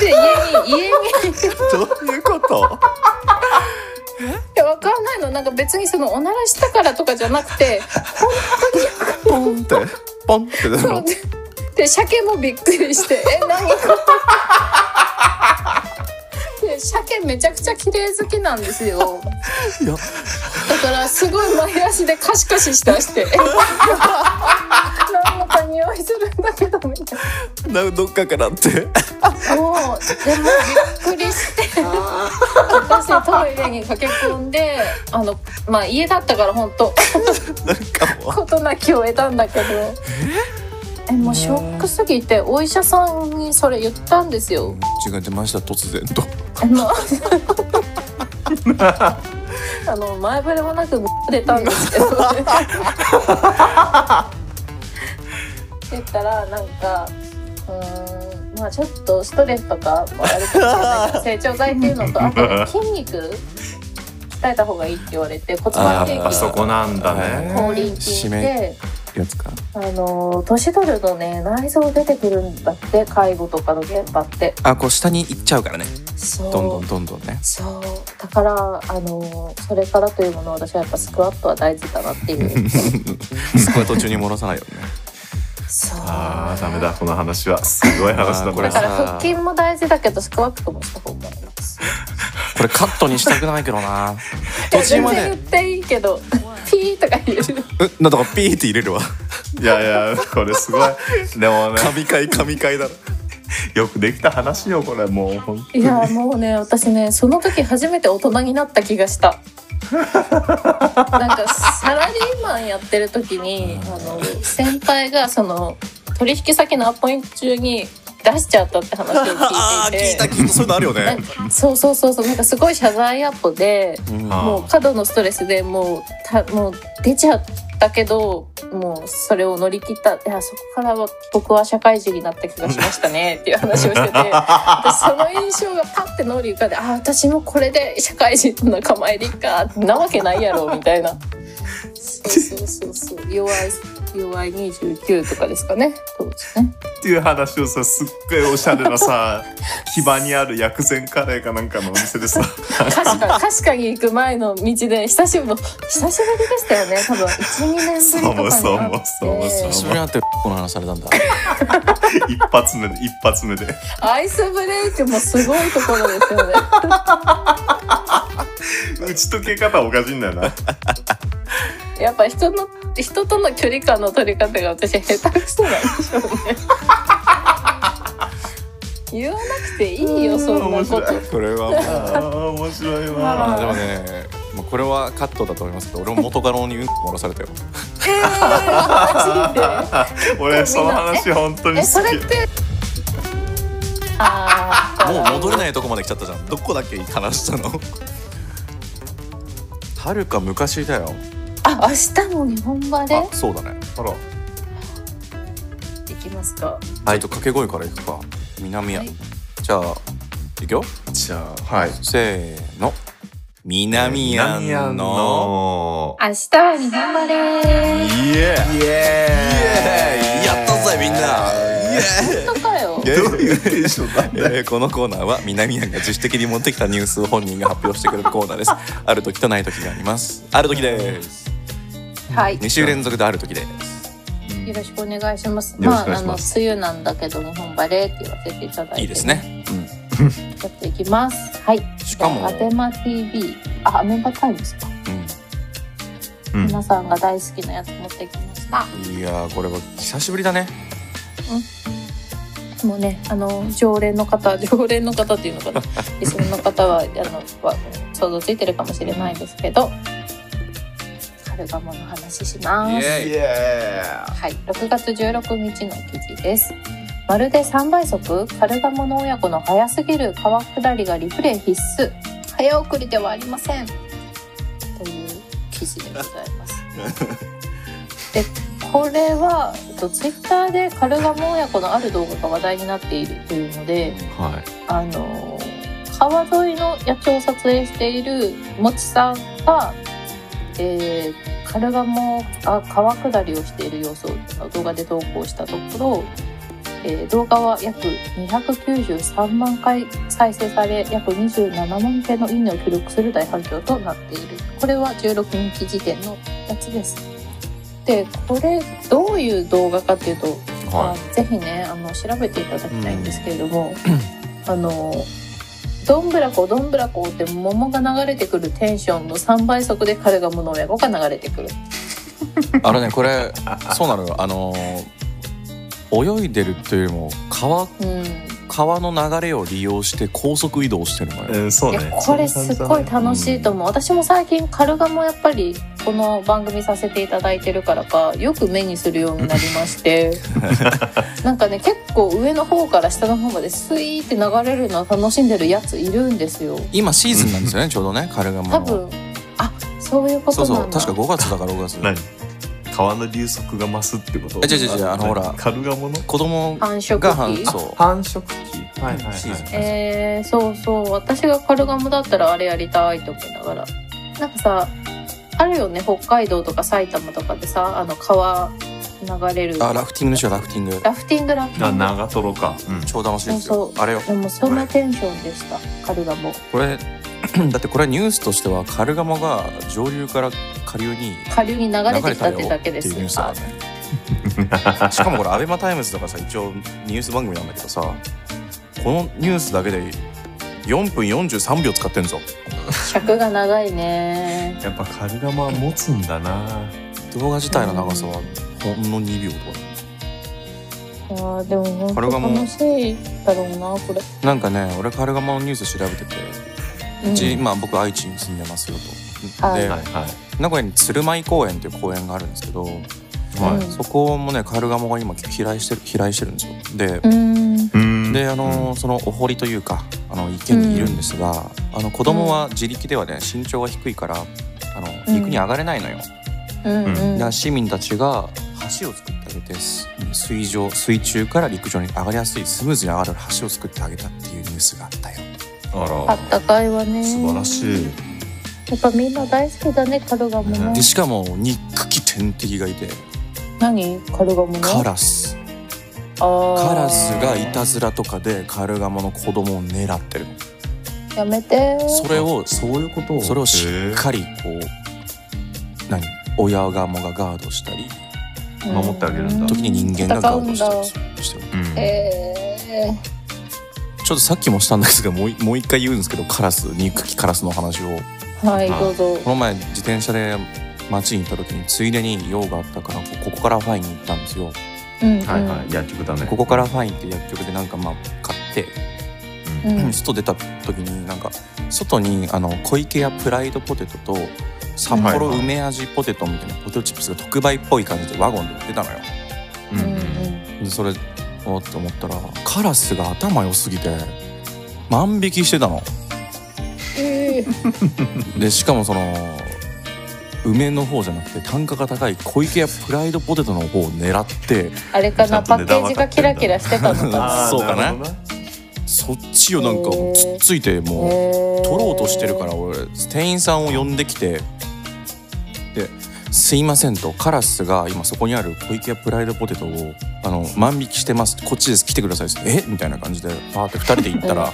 [SPEAKER 2] で家に家に
[SPEAKER 4] どういうこと
[SPEAKER 2] いやわかんないのなんか別にそのおならしたからとかじゃなくて
[SPEAKER 4] ポンってポンってなる
[SPEAKER 2] そう
[SPEAKER 4] の
[SPEAKER 2] でで鮭もびっくりしてえ何これで鮭めちゃくちゃ綺麗好きなんですよ
[SPEAKER 4] いや
[SPEAKER 2] だからすごい前足でカシカシしだ してえなんか匂いするんだけどみたい
[SPEAKER 4] などっかからって
[SPEAKER 2] なもうでもびっくりして私トイレに駆け込んであのまあ家だったから本当
[SPEAKER 4] なんかもう
[SPEAKER 2] ことなきを得たんだけどえもうショックすぎてお医者さんにそれ言ったんですよ
[SPEAKER 4] 血が出ました突然と
[SPEAKER 2] あのあの前触れもなく出たんですけどって言ったらなんかうーんまあちょっとストレスとかもあるかもしれないけど成長剤っていうのとあとね筋肉鍛えた方がいいって言われて骨盤
[SPEAKER 4] あー
[SPEAKER 2] 底
[SPEAKER 3] あそ
[SPEAKER 2] 筋
[SPEAKER 3] こなんだね
[SPEAKER 2] 後輪筋
[SPEAKER 4] 締め
[SPEAKER 2] で。
[SPEAKER 4] やつか
[SPEAKER 2] あの年取るとね内臓出てくるんだって介護とかの現場って
[SPEAKER 4] あこう下に行っちゃうからね
[SPEAKER 2] そう
[SPEAKER 4] どんどんどんどんね
[SPEAKER 2] そうだからあのそれからというもの私はやっぱスクワットは大事だなっていう
[SPEAKER 4] スクワット中に戻さないよね
[SPEAKER 2] そう
[SPEAKER 3] あーダメだこの話はすごい話だ
[SPEAKER 4] あー
[SPEAKER 3] こ
[SPEAKER 2] だ
[SPEAKER 3] れ
[SPEAKER 4] こ
[SPEAKER 2] か
[SPEAKER 4] れ
[SPEAKER 2] ら腹筋も大事だけどスクワットもした方がいいです
[SPEAKER 4] これカットにしたくないけどな途中
[SPEAKER 2] 全
[SPEAKER 4] ま
[SPEAKER 2] 然言
[SPEAKER 4] で
[SPEAKER 2] っていいけど ピーとか言える
[SPEAKER 4] えなんだかピーって入れるわ
[SPEAKER 3] いやいやこれすごいでもね
[SPEAKER 4] 神回神回だろ
[SPEAKER 3] よくできた話よこれもう本
[SPEAKER 2] いやもうね私ねその時初めて大人になった気がした。なんかサラリーマンやってる時にあの先輩がその取引先のアポイント中に「出しちゃったって話を聞いていて
[SPEAKER 4] 聞いたそう いうのあるよ
[SPEAKER 2] なん。かそうそうそうそうなんかすごい謝罪アップで
[SPEAKER 4] うん
[SPEAKER 3] あー
[SPEAKER 2] もう過度のストレスでもうたもう出ちゃったけどもうそれを乗り切ったいやそこからは僕は社会人になった気がしました ねっていう話をしてて私その印象がパッて脳裏浮かんであ私もこれで社会人の仲間入りかなわけないやろみた いなそうそうそうそう弱い弱い29とかですかね当時ね
[SPEAKER 3] っていう話をさすっごいおしゃれな さ木場にある薬膳カレーかなんかのお店で さ
[SPEAKER 2] 確か確かに行く前の道で久しぶり久しぶりでしたよね多分12年ぶりとかに会って
[SPEAKER 3] そうもそうもそうも
[SPEAKER 4] 久しぶりに会ってこの話されたんだ。
[SPEAKER 3] 一発目で一発目で
[SPEAKER 2] アイスブレイクもすごいところですよね。
[SPEAKER 3] 打ち解け方おかしいんだよな
[SPEAKER 2] やっぱ人の人との距離感の取り方が私下手くそなんでしょうね。 言わなくていいよそんな
[SPEAKER 3] 面
[SPEAKER 2] こ
[SPEAKER 3] 白
[SPEAKER 2] と
[SPEAKER 3] い。
[SPEAKER 4] これはもう。
[SPEAKER 3] あー面白い
[SPEAKER 2] あ
[SPEAKER 3] わ
[SPEAKER 4] あーでもね、もうこれはカットだと思いますけど、俺も元カノにうんこ漏らされたよ。
[SPEAKER 3] 俺その話本当に
[SPEAKER 2] えそ
[SPEAKER 3] 好
[SPEAKER 2] れっ
[SPEAKER 3] き
[SPEAKER 2] て。ああ。
[SPEAKER 4] もう戻れないとこまで来ちゃったじゃん。どこだっけ話したの？はるか昔だよ。
[SPEAKER 2] あ明日も日本馬で
[SPEAKER 4] あ、そうだね。
[SPEAKER 3] ほら
[SPEAKER 2] 行きますか。
[SPEAKER 4] はい、ちょっと掛け声からいくか。南や。
[SPEAKER 2] はい
[SPEAKER 4] じゃあ行くよ。
[SPEAKER 3] じゃあはい
[SPEAKER 4] せーの。南や
[SPEAKER 3] 南や
[SPEAKER 4] ん
[SPEAKER 3] ん
[SPEAKER 4] の。
[SPEAKER 3] の
[SPEAKER 2] 明日は日本馬で。
[SPEAKER 3] イエーイ
[SPEAKER 4] イエーイやったぜみんなイエーイ
[SPEAKER 2] 本当かよ。
[SPEAKER 3] どういうテンションなんだよ
[SPEAKER 4] えー このコーナーは南アンが自主的に持ってきたニュースを本人が発表してくれるコーナーです。ある時とない時があります。ある時です。
[SPEAKER 2] はい。
[SPEAKER 4] 2週連続である時です。
[SPEAKER 2] よろしくお願いします。
[SPEAKER 3] よろ
[SPEAKER 2] ま
[SPEAKER 3] しく
[SPEAKER 2] あ、
[SPEAKER 3] お願い
[SPEAKER 2] あの
[SPEAKER 3] しま、
[SPEAKER 2] 梅雨なんだけど、日本バレーって言わせていただいて、
[SPEAKER 4] いいです。ね。
[SPEAKER 2] やっていきます。はい。
[SPEAKER 4] うん、しかも、
[SPEAKER 2] アベマ TV。あ、アベマタイムですか。
[SPEAKER 4] う
[SPEAKER 3] うん
[SPEAKER 2] 皆さんが大好きなやつ持ってきました。
[SPEAKER 4] ん、いやーこれは久しぶりだね。
[SPEAKER 2] もうね、あの、常連の方、 常連の方っていうのかな。リスナーの方は、あの、は想像ついてるかもしれないですけど、カルガモの話します。
[SPEAKER 3] イエ
[SPEAKER 2] はい、6月16日の記事です。まるで3倍速カルガモの親子の早すぎる川下りがリプレイ必須早送りではありませんという記事でございます。 でこれはツイッターでカルガモ親子のある動画が話題になっているというので
[SPEAKER 3] ーイは
[SPEAKER 2] あの川沿いの野鳥を撮影しているもちさんが、えーカルガモが川下りをしている様子を動画で投稿したところ、えー動画は約293万回再生され約27万件のいいねを記録する大反響となっているこれは16日時点のやつです。でこれどういう動画かっていうと
[SPEAKER 3] い
[SPEAKER 2] ま
[SPEAKER 3] は
[SPEAKER 2] あ、ぜひねあの調べていただきたいんですけれども、 あのどんぶらこどんぶらこって桃が流れてくるテンションの3倍速でカルガモの親子が流れてくる
[SPEAKER 4] あのねこれそうなのよあのー泳いでるというよりも川
[SPEAKER 2] うん
[SPEAKER 4] 川の流れを利用して高速移動してるの
[SPEAKER 3] い
[SPEAKER 4] よ。
[SPEAKER 3] うんそう
[SPEAKER 2] いや
[SPEAKER 3] ね
[SPEAKER 2] これすっごい楽しいと思う、私も最近カルガモやっぱりこの番組させていただいてるからかよく目にするようになりまして なんかね結構上の方から下の方までスイーって流れるのを楽しんでるやついるんですよ
[SPEAKER 4] 今シーズンなんですよねちょうどねカルガモ
[SPEAKER 2] 多
[SPEAKER 4] の。
[SPEAKER 2] 分あそういうこ
[SPEAKER 4] そ
[SPEAKER 2] と
[SPEAKER 4] うそ
[SPEAKER 2] な
[SPEAKER 4] うん
[SPEAKER 2] だ
[SPEAKER 4] 確か5月だから6月。
[SPEAKER 3] 何川の流速が増すってこと
[SPEAKER 4] え違う違う違うあのほら
[SPEAKER 3] カルガモの
[SPEAKER 4] 子供
[SPEAKER 2] 繁殖
[SPEAKER 4] が半
[SPEAKER 2] 期
[SPEAKER 4] そう。
[SPEAKER 3] 繁殖期はいはいはい
[SPEAKER 4] シーズン
[SPEAKER 2] えー、そうそう私がカルガモだったらあれやりたいと思いながらなんかさあるよね北海道とか埼玉とかでさあの川流れる
[SPEAKER 4] あラフティングでしょラフティング。
[SPEAKER 2] ラフティングラフティ
[SPEAKER 3] あ
[SPEAKER 2] ング
[SPEAKER 3] 長瀞か、うん
[SPEAKER 4] 超楽しいですよ
[SPEAKER 2] そう。
[SPEAKER 4] あれよ
[SPEAKER 2] でもそんなテンションでしたカルガモ
[SPEAKER 4] これ だってこれニュースとしてはカルガモが上流から下流に
[SPEAKER 2] 下流に流れてきた
[SPEAKER 4] よ
[SPEAKER 2] ってだけで
[SPEAKER 4] っていうニュース
[SPEAKER 2] す
[SPEAKER 4] だからね しかもこれアベマタイムズとかさ一応ニュース番組なんだけどさこのニュースだけで4分43秒使ってんぞ
[SPEAKER 2] 尺が長いね
[SPEAKER 3] やっぱカルガモは持つんだな
[SPEAKER 4] 動画自体の長さはほんの2秒とか
[SPEAKER 2] あーでも本
[SPEAKER 4] カルガ
[SPEAKER 2] 当
[SPEAKER 4] モ
[SPEAKER 2] 楽しいだろうなこれ、
[SPEAKER 4] なんかね俺カルガモのニュース調べてて
[SPEAKER 2] うん
[SPEAKER 4] うち今僕愛知に住んでますよと
[SPEAKER 2] はい
[SPEAKER 4] で
[SPEAKER 3] はいは
[SPEAKER 4] 名古屋に鶴舞公園っていう公園があるんですけど
[SPEAKER 3] いはい
[SPEAKER 2] うん
[SPEAKER 4] そこもねカルガモが今飛来してる飛来してるんですよで
[SPEAKER 2] うん
[SPEAKER 3] うんうん
[SPEAKER 4] であのそのお堀というかあの池にいるんですが、あの子供は自力ではね身長が低いからあの
[SPEAKER 2] うん
[SPEAKER 4] 陸に上がれないのよ。
[SPEAKER 2] うんうん
[SPEAKER 4] だから市民たちが橋を作ってあげてす水上水中から陸上に上がりやすいスムーズに上がる橋を作ってあげたっていうニュースがあったよ。
[SPEAKER 2] あ
[SPEAKER 3] あ
[SPEAKER 2] ったかいわね
[SPEAKER 3] ら素晴らしい
[SPEAKER 2] やっぱみんな大好きだねカルガモの
[SPEAKER 4] でしかも憎き天敵がいて
[SPEAKER 2] 何カルガモの
[SPEAKER 4] カラスカ
[SPEAKER 2] カ
[SPEAKER 4] ラスがいたずらとかでカルガモの子供を狙ってるの。
[SPEAKER 2] やめて
[SPEAKER 4] それを
[SPEAKER 3] そういうこと
[SPEAKER 4] それをしっかりこう何親ガモがガードしたり
[SPEAKER 3] 守ってあげるんだ
[SPEAKER 4] 時に人間がガードしたりしてる
[SPEAKER 3] り、うん
[SPEAKER 2] え
[SPEAKER 4] ちょっとさっきもしたんですがもういもう一回言うんですけどカラス憎きカラスの話を
[SPEAKER 2] ー、はいどうぞ
[SPEAKER 4] この前自転車で街に行った時についでに用があったからこここからファインに行ったんですよ
[SPEAKER 2] うんうん
[SPEAKER 3] はいはい薬局だね
[SPEAKER 4] ここからファインって薬局でなんかまあ買って
[SPEAKER 3] うん
[SPEAKER 2] うん
[SPEAKER 4] 外出た時になんか外にあの小池屋プライドポテトと札幌梅味ポテトみたいなポテトチップスが特売っぽい感じでワゴンで売ってたのよ
[SPEAKER 3] うん
[SPEAKER 2] うん
[SPEAKER 4] でそれおって思ったらカラスが頭良すぎて万引きしてたの
[SPEAKER 2] えー
[SPEAKER 4] でしかもその梅の方じゃなくて単価が高い小池やプライドポテトの方を狙って
[SPEAKER 2] あれかな
[SPEAKER 3] ちゃ
[SPEAKER 2] パ
[SPEAKER 3] んと
[SPEAKER 2] ッケ
[SPEAKER 3] 値段
[SPEAKER 2] ージがキラキラしてたのかな
[SPEAKER 3] あー
[SPEAKER 4] そうかな
[SPEAKER 3] るほど
[SPEAKER 4] そっちをなんか
[SPEAKER 2] へー
[SPEAKER 4] つっつい てもう取ろうとしてるから俺店員さんを呼んできてで「すいません」と「カラスが今そこにある小池屋プライドポテトをあの万引きしてますこっちです来てください」ってえみたいな感じでパーって2人で行ったら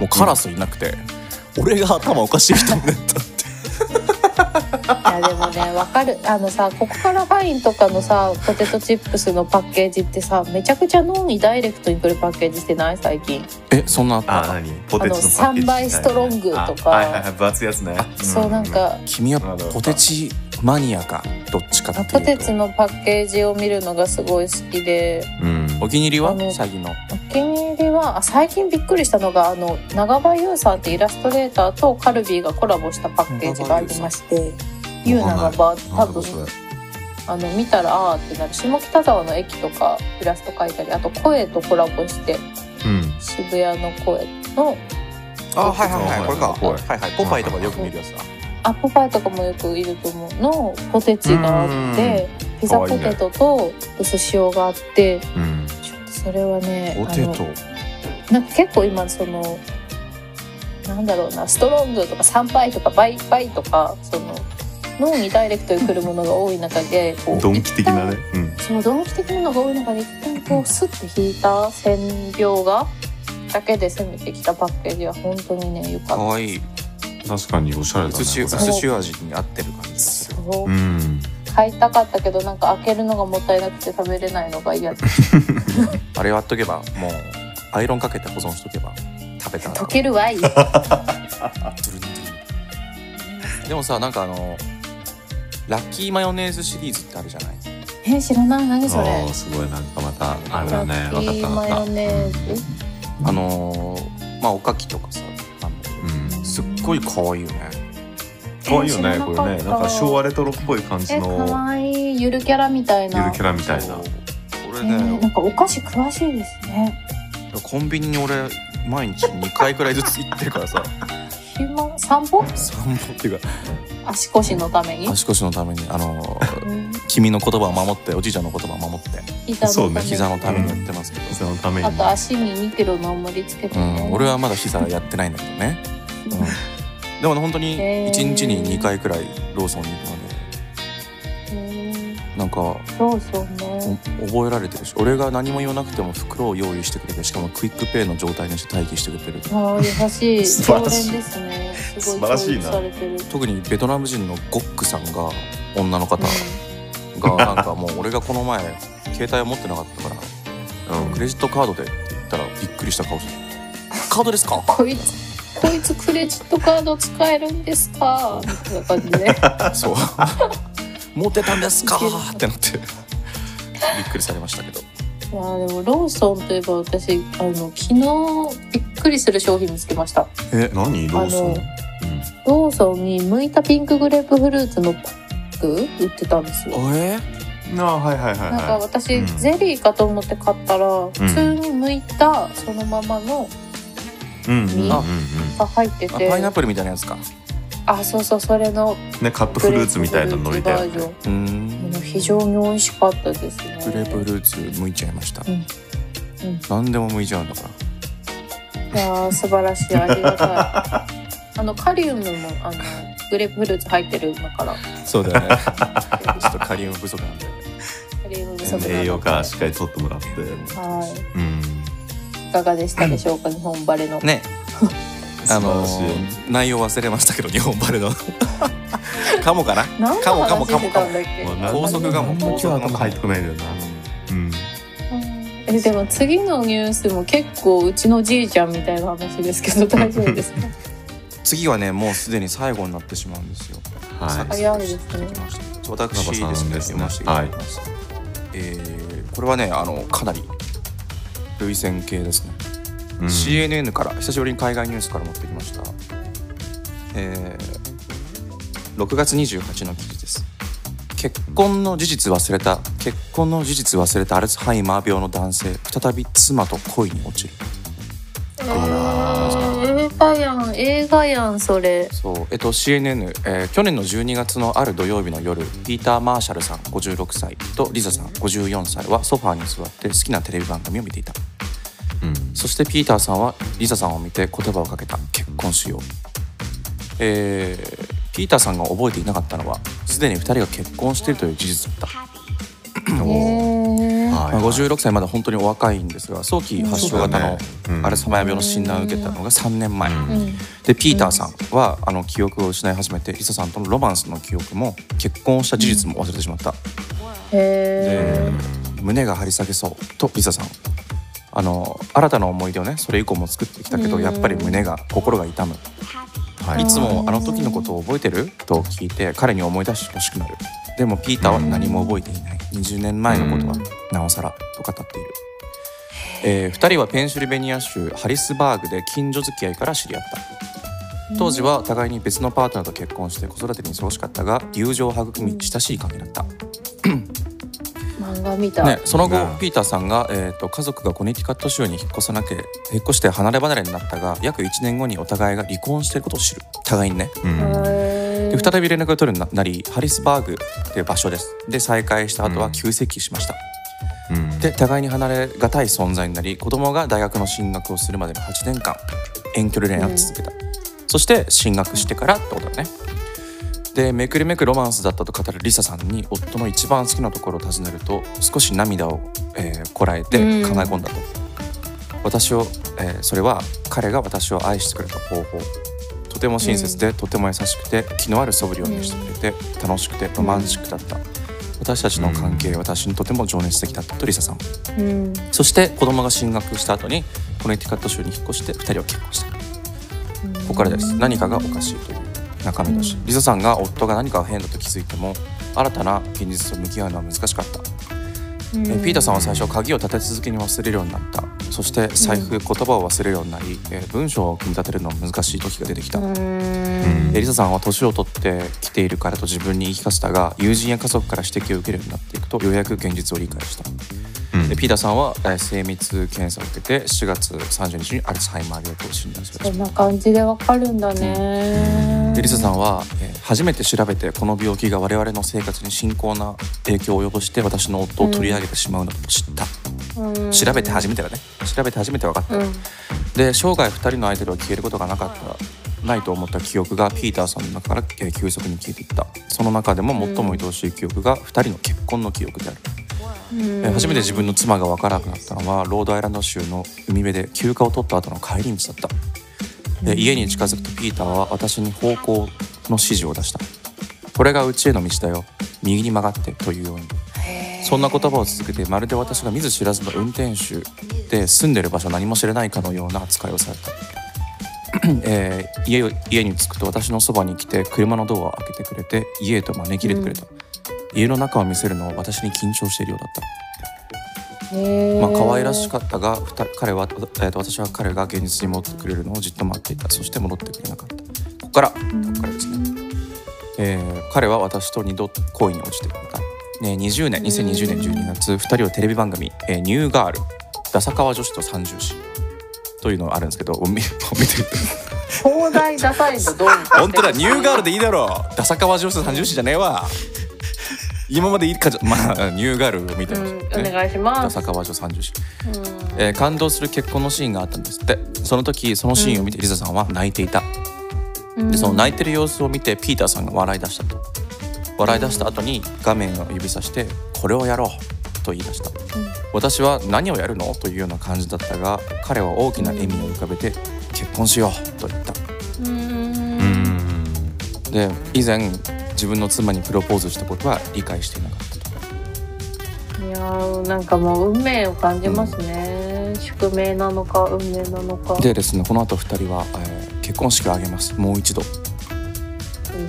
[SPEAKER 4] もうカラスいなくて俺が頭おかしい人になったって
[SPEAKER 2] いやでもねわかるあのさここからファインとかのさポテトチップスのパッケージってさめちゃくちゃ脳にダイレクトに来るパッケージしてない最近、
[SPEAKER 4] えそんなあった
[SPEAKER 3] あ何ポテチのパッケージみたいな
[SPEAKER 2] あの三倍ストロングとか
[SPEAKER 3] あはいはいはい分厚いやつね
[SPEAKER 2] そうなんか
[SPEAKER 4] 君はポテチマニアかどっちかって
[SPEAKER 2] ポ
[SPEAKER 4] い
[SPEAKER 2] テ
[SPEAKER 4] う
[SPEAKER 2] チ
[SPEAKER 4] と
[SPEAKER 2] のパッケージを見るのがすごい好きで
[SPEAKER 3] うん
[SPEAKER 4] お気に入りは
[SPEAKER 2] あの
[SPEAKER 4] 最近のあ
[SPEAKER 2] お気に入りはあ最近びっくりしたのがあの長場優さんってイラストレーターとカルビーがコラボしたパッケージがありまして「
[SPEAKER 3] 長場優
[SPEAKER 2] 優
[SPEAKER 3] さん
[SPEAKER 2] 長場」多
[SPEAKER 3] なんだ
[SPEAKER 2] 分
[SPEAKER 3] それ
[SPEAKER 2] あの見たらあーってなる下北沢の駅とかイラスト描いたりあと声とコラボして
[SPEAKER 3] うん
[SPEAKER 2] 渋谷の声の
[SPEAKER 4] はいはいはいこれか
[SPEAKER 3] はい
[SPEAKER 4] はいはいポパイとかでよく見るやつだ
[SPEAKER 2] アップパイとかもよくいると思うのポテチがあってピザ
[SPEAKER 3] かわいい
[SPEAKER 2] ポ
[SPEAKER 3] ね
[SPEAKER 2] テトと薄塩があって
[SPEAKER 3] うん
[SPEAKER 2] ちょっとそれはね
[SPEAKER 4] ポテ
[SPEAKER 2] あの
[SPEAKER 4] ト
[SPEAKER 2] なんか結構今そのなんだろうなストロングとか3倍とか倍倍とかその脳にダイレクトに来るものが多い中でこう
[SPEAKER 3] ドンキ的なねうん
[SPEAKER 2] 一旦そうドンキ的なのが多い中で一旦こうスッて引いた線描画だけで攻めてきたパッケージは本当にねよか
[SPEAKER 4] か
[SPEAKER 2] っ
[SPEAKER 4] わいい
[SPEAKER 3] 確かにおしゃれだ
[SPEAKER 4] 寿司
[SPEAKER 3] ねこ
[SPEAKER 2] れ
[SPEAKER 4] 寿司味に合ってる感じ
[SPEAKER 2] た
[SPEAKER 4] でする
[SPEAKER 2] そう
[SPEAKER 3] れうん
[SPEAKER 2] 買いたかったけどなんか開けるのがもったいなくて食べれないのが嫌で
[SPEAKER 4] あれ割っとけばもうアイロンかけて保存しとけば食べたら
[SPEAKER 2] 溶けるわ い
[SPEAKER 4] ドゥルンドゥルンでもさなんかあのラッキーマヨネーズシリーズってあるじゃない
[SPEAKER 2] え知らない何それ
[SPEAKER 3] ああすごいなんかまたあれだね
[SPEAKER 2] ラ
[SPEAKER 3] わ
[SPEAKER 2] ッ
[SPEAKER 3] かっ
[SPEAKER 2] キ
[SPEAKER 3] た
[SPEAKER 2] ー
[SPEAKER 3] わ
[SPEAKER 2] マ
[SPEAKER 3] か
[SPEAKER 2] ヨ
[SPEAKER 3] った
[SPEAKER 2] ネーズ
[SPEAKER 4] あのーまあおかきとかさあのすっごい可愛いよね
[SPEAKER 3] 可愛いよねこれねなんか昭和
[SPEAKER 2] の
[SPEAKER 3] レトロっぽい感じ
[SPEAKER 2] え
[SPEAKER 3] の
[SPEAKER 2] 可愛いゆるキャラみたい
[SPEAKER 3] ゆ
[SPEAKER 2] な
[SPEAKER 3] るキャラみたいな
[SPEAKER 4] そうこれ
[SPEAKER 2] えーなん
[SPEAKER 4] ね
[SPEAKER 2] かお菓子詳しいですね
[SPEAKER 4] コンビニに俺毎日2回くらいずつ行ってるからさ
[SPEAKER 2] 暇散歩
[SPEAKER 4] 散歩っていうか
[SPEAKER 2] 足腰のために
[SPEAKER 4] 足腰のためにあのー
[SPEAKER 2] うん
[SPEAKER 4] 君の言葉を守っておじいちゃんの言葉を守って
[SPEAKER 2] 膝の
[SPEAKER 3] そうね
[SPEAKER 2] ために
[SPEAKER 4] 膝のためにやってますけど、
[SPEAKER 3] そのために
[SPEAKER 2] あと足に2キロの重りつけて
[SPEAKER 4] う
[SPEAKER 2] ね
[SPEAKER 4] ん、俺はまだ膝やってないんだけどね、うん、でもね本当に
[SPEAKER 2] へー
[SPEAKER 4] 1日に2回くらいローソンに行くので
[SPEAKER 2] うん
[SPEAKER 4] なんか
[SPEAKER 2] そうそうね
[SPEAKER 4] お覚えられてるし俺が何も言わなくても袋を用意してくれてしかもクイックペイの状態にして待機してくれてる
[SPEAKER 2] あー優しい
[SPEAKER 3] 素
[SPEAKER 2] 常連
[SPEAKER 3] 晴ら
[SPEAKER 2] で
[SPEAKER 3] しい
[SPEAKER 2] すねす
[SPEAKER 3] 素
[SPEAKER 2] ご
[SPEAKER 3] 晴
[SPEAKER 2] い
[SPEAKER 3] らし
[SPEAKER 2] 重
[SPEAKER 3] い
[SPEAKER 2] 宝
[SPEAKER 3] な
[SPEAKER 2] されてる
[SPEAKER 4] 特にベトナム人のゴックさんが女の方がなんかもう俺がこの前携帯を持ってなかったから
[SPEAKER 3] うん
[SPEAKER 4] クレジットカードでって言ったらびっくりした 顔して「カードですか?」
[SPEAKER 2] こいつこいつクレジットカード使えるんですかみたいな感 じで
[SPEAKER 4] そう 持ってたんですかってなってびっくりされましたけど
[SPEAKER 2] いやーでもローソンといえば私あの昨日びっくりする商品見つけました
[SPEAKER 3] え何ローソン
[SPEAKER 2] あのローソンに剥いたピンクグレープフルーツのパック売ってたんですよ
[SPEAKER 4] え
[SPEAKER 3] ああはいはいはい
[SPEAKER 2] なんか
[SPEAKER 3] は
[SPEAKER 2] 私、
[SPEAKER 3] うん
[SPEAKER 2] ゼリーかと思って買ったら普通に剥いたそのままの
[SPEAKER 3] いうんうんうんうん
[SPEAKER 2] あが入って
[SPEAKER 4] あ
[SPEAKER 2] て
[SPEAKER 4] パイナップルみたいなやつか
[SPEAKER 2] あそうそうそれの
[SPEAKER 3] ねカップフルーツみたいなのりだよ
[SPEAKER 2] グレープフルーツバー
[SPEAKER 3] ね
[SPEAKER 2] ジョン
[SPEAKER 4] うーん
[SPEAKER 2] もう非常に美味しかったですね
[SPEAKER 4] グレープフルーツ剥いちゃいました、
[SPEAKER 2] うんうん
[SPEAKER 4] 何でも剥いちゃうんだから
[SPEAKER 2] いやー素晴らしいありがた いあのカリウムもあのグレープフルーツ入ってるだから
[SPEAKER 4] そうだよね ちょっとカリウム不足なんで
[SPEAKER 2] カリウム不足なので
[SPEAKER 3] 栄養価しっかりとってもらって
[SPEAKER 2] はい
[SPEAKER 3] うん
[SPEAKER 2] いかがでしたでしょうか日本バレの
[SPEAKER 4] ねあの
[SPEAKER 3] 素晴らし
[SPEAKER 4] ー内容忘れましたけど日本バレーのカ モかな
[SPEAKER 2] 何の
[SPEAKER 4] かもかも
[SPEAKER 2] 話
[SPEAKER 4] かも
[SPEAKER 2] してたんだっけ
[SPEAKER 3] もう
[SPEAKER 4] な高速がもう
[SPEAKER 3] 今
[SPEAKER 4] 高
[SPEAKER 3] 日
[SPEAKER 4] 速
[SPEAKER 3] は
[SPEAKER 4] が
[SPEAKER 3] 頭入ってこないんだよなうん
[SPEAKER 2] えでも次のニュースも結構うちのじいちゃんみたいな話ですけど大丈夫ですか
[SPEAKER 4] 次はねもうすでに最後になってしまうんですよ
[SPEAKER 3] はい
[SPEAKER 2] 早いですね
[SPEAKER 4] 私
[SPEAKER 3] 馬場
[SPEAKER 4] です
[SPEAKER 3] さん
[SPEAKER 4] ね
[SPEAKER 3] です
[SPEAKER 4] 読
[SPEAKER 3] ね
[SPEAKER 4] ませていただきます、えーこれはねあのかなり類線系ですね、
[SPEAKER 3] うん
[SPEAKER 4] CNN から久しぶりに海外ニュースから持ってきました、えー6月28の記事です結婚の事実忘れた結婚の事実忘れたアルツハイマー病の男性再び妻と恋に落ちる
[SPEAKER 2] えー映画やん映画やんそれ
[SPEAKER 4] そう、えっと、CNN、えー去年の12月のある土曜日の夜ピーター・マーシャルさん56歳とリザさん54歳はソファーに座って好きなテレビ番組を見ていた
[SPEAKER 3] うん
[SPEAKER 4] そしてピーターさんはリザさんを見て言葉をかけた結婚しよう、えーピーターさんが覚えていなかったのはすでに2人が結婚しているという事実だった、
[SPEAKER 2] えー、
[SPEAKER 3] はい
[SPEAKER 4] まあ、56歳まだ本当にお若いんですが早期発症型のアルツハイマー病の診断を受けたのが3年前、
[SPEAKER 3] うん
[SPEAKER 2] うん
[SPEAKER 4] でピーターさんはあの記憶を失い始めてリサさんとのロマンスの記憶も結婚した事実も忘れてしまった、
[SPEAKER 2] え
[SPEAKER 4] で胸が張り下げそうとリサさんあの新たな思い出をねそれ以降も作ってきたけど、
[SPEAKER 2] うん
[SPEAKER 4] やっぱり胸が心が痛む、、
[SPEAKER 3] はい
[SPEAKER 4] つも
[SPEAKER 2] うん
[SPEAKER 4] あの時のことを覚えてると聞いて彼に思い出してほしくなるでもピーターは何も覚えていない20年前のことは
[SPEAKER 3] う
[SPEAKER 4] なおさらと語っている、え2人はペンシルベニア州ハリスバーグで近所付き合いから知り合った
[SPEAKER 2] ー、
[SPEAKER 4] 当時は互いに別のパートナーと結婚して子育てに忙しかったが友情を育み親しい関係だった、
[SPEAKER 2] 漫画見た、
[SPEAKER 4] ね、その後、
[SPEAKER 3] ね
[SPEAKER 4] ピーターさんが、えー、と家族がコネティカット州に引っ越さなきゃ引っ越して離れ離れになったが約1年後にお互いが離婚していることを知る互いにね
[SPEAKER 3] うん
[SPEAKER 2] え
[SPEAKER 4] で
[SPEAKER 2] ー、
[SPEAKER 4] 再び連絡を取るようになりハリスバーグという場所ですで再会した後は急接近しました、
[SPEAKER 3] うん
[SPEAKER 4] で互いに離れがたい存在になり子供が大学の進学をするまでの8年間遠距離恋愛を続けた、そして進学してからってことだねでめくるめくロマンスだったと語るリサさんに夫の一番好きなところを尋ねると少し涙を、えーこらえて考え込んだと、私を、えーそれは彼が私を愛してくれた方法とても親切で、とても優しくて気のある素振りを見せてくれて、楽しくてロマンチックだった、私たちの関係、私にとても情熱的だったとリサさん
[SPEAKER 2] うん
[SPEAKER 4] そして子供が進学した後にコネティカット州に引っ越して2人は結婚したここからです何かがおかしいという中身だしリゾさんが夫が何か変だと気づいても新たな現実と向き合うのは難しかった
[SPEAKER 2] うん
[SPEAKER 4] えーピーターさんは最初鍵を立て続けに忘れるようになったそして財布言葉を忘れるようになり、えー文章を組み立てるのも難しい時が出てきた、
[SPEAKER 2] う
[SPEAKER 3] うん
[SPEAKER 2] ん
[SPEAKER 4] エリサさんは年を取ってきているからと自分に言い聞かせたが友人や家族から指摘を受けるようになっていくとようやく現実を理解した
[SPEAKER 3] うん
[SPEAKER 4] でピーターさんは、えー精密検査を受けて7月30日にアルツハイマー病と診断され
[SPEAKER 2] そ
[SPEAKER 4] ま
[SPEAKER 2] ん
[SPEAKER 4] し
[SPEAKER 2] な感じでわかるんだね
[SPEAKER 4] た。でリサさんは、えー初めて調べてこの病気が我々の生活に深刻な影響を及ぼして私の夫を取り上げてしまうのだと知った、
[SPEAKER 2] うん
[SPEAKER 4] 調べて初めてだね調べて初めて分かった、
[SPEAKER 2] うん
[SPEAKER 4] で生涯2人のアイドルは消えることがなかったないと思った記憶がピーターさんの中から、えー急速に消えていったその中でも最も愛おしい記憶が2人の結婚の記憶であるえー初めて自分の妻が分からなくなったのはロードアイランド州の海辺で休暇を取った後の帰り道だったで家に近づくとピーターは私に方向の指示を出したこれがうちへの道だよ右に曲がってというようにそんな言葉を続けてまるで私が見ず知らずの運転手で住んでる場所何も知らないかのような扱いをされた、えー家を家に着くと私のそばに来て車のドアを開けてくれて家へと招き入れてくれた、家の中を見せるのを私に緊張しているようだったまあ可愛ら しかったがふた彼は、えー、と私は彼が現実に戻ってくれるのをじっと待っていたそして戻ってくれなかったここからここからですね、えー彼は私と二度恋に落ちてくれたね、20年2020年12月2人はテレビ番組「えーニューガール」「ダサ川女子と三重士」というのがあるんですけどお 見見て
[SPEAKER 2] 東大ダサいのどうにか
[SPEAKER 4] 本当だニューガールでいいだろうダサ川女子と三重士じゃねえわ今までいいかじゃ まあニューガールを見てました、
[SPEAKER 2] うん、お
[SPEAKER 4] ね
[SPEAKER 2] 願いしま
[SPEAKER 4] ダ
[SPEAKER 2] す
[SPEAKER 4] サ川女子と三重士、
[SPEAKER 2] うん
[SPEAKER 4] えー感動する結婚のシーンがあったんですってその時そのシーンを見てリザさんは泣いていた、でその泣いてる様子を見てピーターさんが笑い出したと笑い出した後に画面を指さして「これをやろう」と言い出した
[SPEAKER 2] うん
[SPEAKER 4] 私は何をやるのというような感じだったが彼は大きな笑みを浮かべて「結婚しよう」と言った
[SPEAKER 2] うん
[SPEAKER 3] うん
[SPEAKER 4] で以前自分の妻にプロポーズしたことは理解していなかったと
[SPEAKER 2] いやーなんかもう運命を感じますね、宿命なのか運命なのか
[SPEAKER 4] でですねこの後2人は、えー結婚式を挙げますもう一度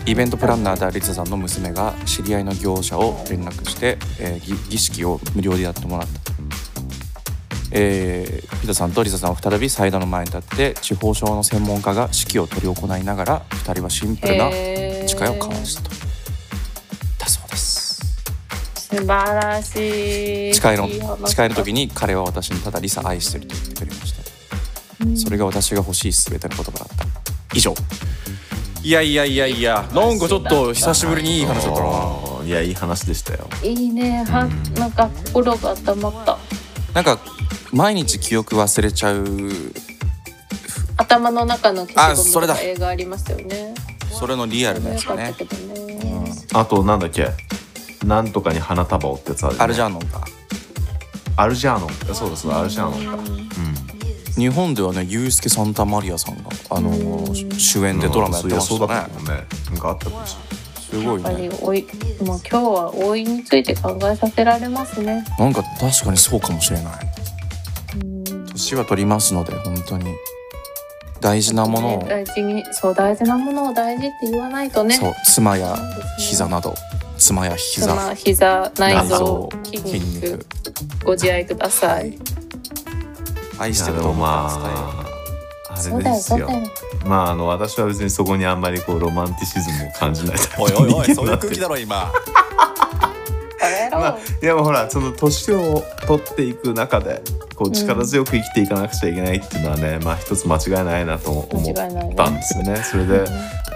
[SPEAKER 4] イベントプランナーであるリツさんの娘が知り合いの業者を連絡して、えー儀儀式を無料でやってもらった、えーピタさんとリサさんは再びサイドの前に立って地方症の専門家が式を執り行いながら2人はシンプルな
[SPEAKER 2] へー
[SPEAKER 4] 誓いを交わしたとだそうです
[SPEAKER 2] 素晴らしい
[SPEAKER 4] 誓い
[SPEAKER 2] いい
[SPEAKER 4] の
[SPEAKER 2] 話
[SPEAKER 4] 誓いの時に彼は私にただリサ愛してると言ってくれましたそれが私が欲しい全ての言葉だった以上いやいやいやいやなんかちょっと久しぶりにいい話だったない
[SPEAKER 3] やいい話でしたよ
[SPEAKER 2] いいねはなんか心が温まった
[SPEAKER 4] なんか毎日記憶忘れちゃう
[SPEAKER 2] 頭の中の消
[SPEAKER 4] あ
[SPEAKER 2] し
[SPEAKER 4] そ
[SPEAKER 2] ゴ
[SPEAKER 4] れ
[SPEAKER 2] ム
[SPEAKER 4] だ
[SPEAKER 2] とか映画ありますよね
[SPEAKER 4] それのリアルなやつ
[SPEAKER 2] か
[SPEAKER 4] だ
[SPEAKER 2] った
[SPEAKER 4] ね
[SPEAKER 2] けどね
[SPEAKER 3] あとなんだっけなんとかに花束をってやつある、ね、
[SPEAKER 4] アルジャーノンか
[SPEAKER 3] アルジャーノンそうだそうだアルジャーノンか、うん、
[SPEAKER 4] 日本ではねユースケ・サンタマリアさんが、あのー主演でドラマやってま
[SPEAKER 3] そういや
[SPEAKER 4] し
[SPEAKER 3] そうだったたも
[SPEAKER 4] ね
[SPEAKER 3] んねなんかあったかもし
[SPEAKER 4] すごい
[SPEAKER 2] やっぱり
[SPEAKER 4] ね
[SPEAKER 2] 老いもう今日は老いについて考えさせられますね
[SPEAKER 4] なんか確かにそうかもしれない
[SPEAKER 2] うん
[SPEAKER 4] 年は取りますので本当に大事なものを、
[SPEAKER 2] ね大事にそう大事なものを大事って言わないとね
[SPEAKER 4] そう妻や膝
[SPEAKER 2] 膝
[SPEAKER 4] など妻や膝
[SPEAKER 2] 膝膝内臓
[SPEAKER 4] 内
[SPEAKER 2] 筋
[SPEAKER 4] 筋
[SPEAKER 2] 肉
[SPEAKER 4] 肉
[SPEAKER 2] ご自愛ください
[SPEAKER 4] 愛して
[SPEAKER 3] れな
[SPEAKER 4] る
[SPEAKER 3] い
[SPEAKER 4] と思
[SPEAKER 3] ま
[SPEAKER 4] う伝えよう
[SPEAKER 3] ああれですよまああの私は別にそこにあんまりこうロマンティシズムを感じないタイ
[SPEAKER 4] お
[SPEAKER 3] プ
[SPEAKER 4] い
[SPEAKER 3] の
[SPEAKER 4] おいおい
[SPEAKER 3] 人
[SPEAKER 4] そう
[SPEAKER 3] 間な
[SPEAKER 4] いうん
[SPEAKER 3] で
[SPEAKER 4] 空気だろ今
[SPEAKER 2] バカ野郎
[SPEAKER 3] まあいやもうほらその年を取っていく中でこう力強く生きていかなくちゃいけないっていうのはね、まあ一つ間違いないなと思っ
[SPEAKER 2] 間違いないね
[SPEAKER 3] たんですよね。それで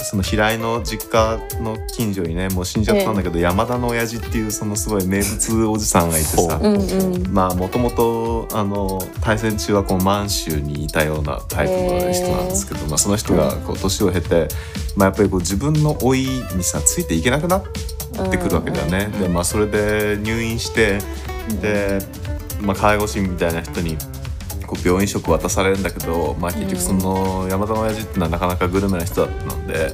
[SPEAKER 3] その平井の実家の近所にねもう死んじゃったんだけど、山田の親父っていうそのすごい名物おじさんがいてさ
[SPEAKER 4] ほ
[SPEAKER 2] う。んうん
[SPEAKER 3] まあもともとあの対戦中はこう満州にいたようなタイプの人なんですけど、まあ、その人がこう年を経て、まあ、やっぱりこう自分の老いにさついていけなくなってくるわけだよね。でまあ、それで入院してで、まあ、介護士みたいな人にこう病院食渡されるんだけど、まあ、結局その山田の親父ってのはなかなかグルメな人だったので。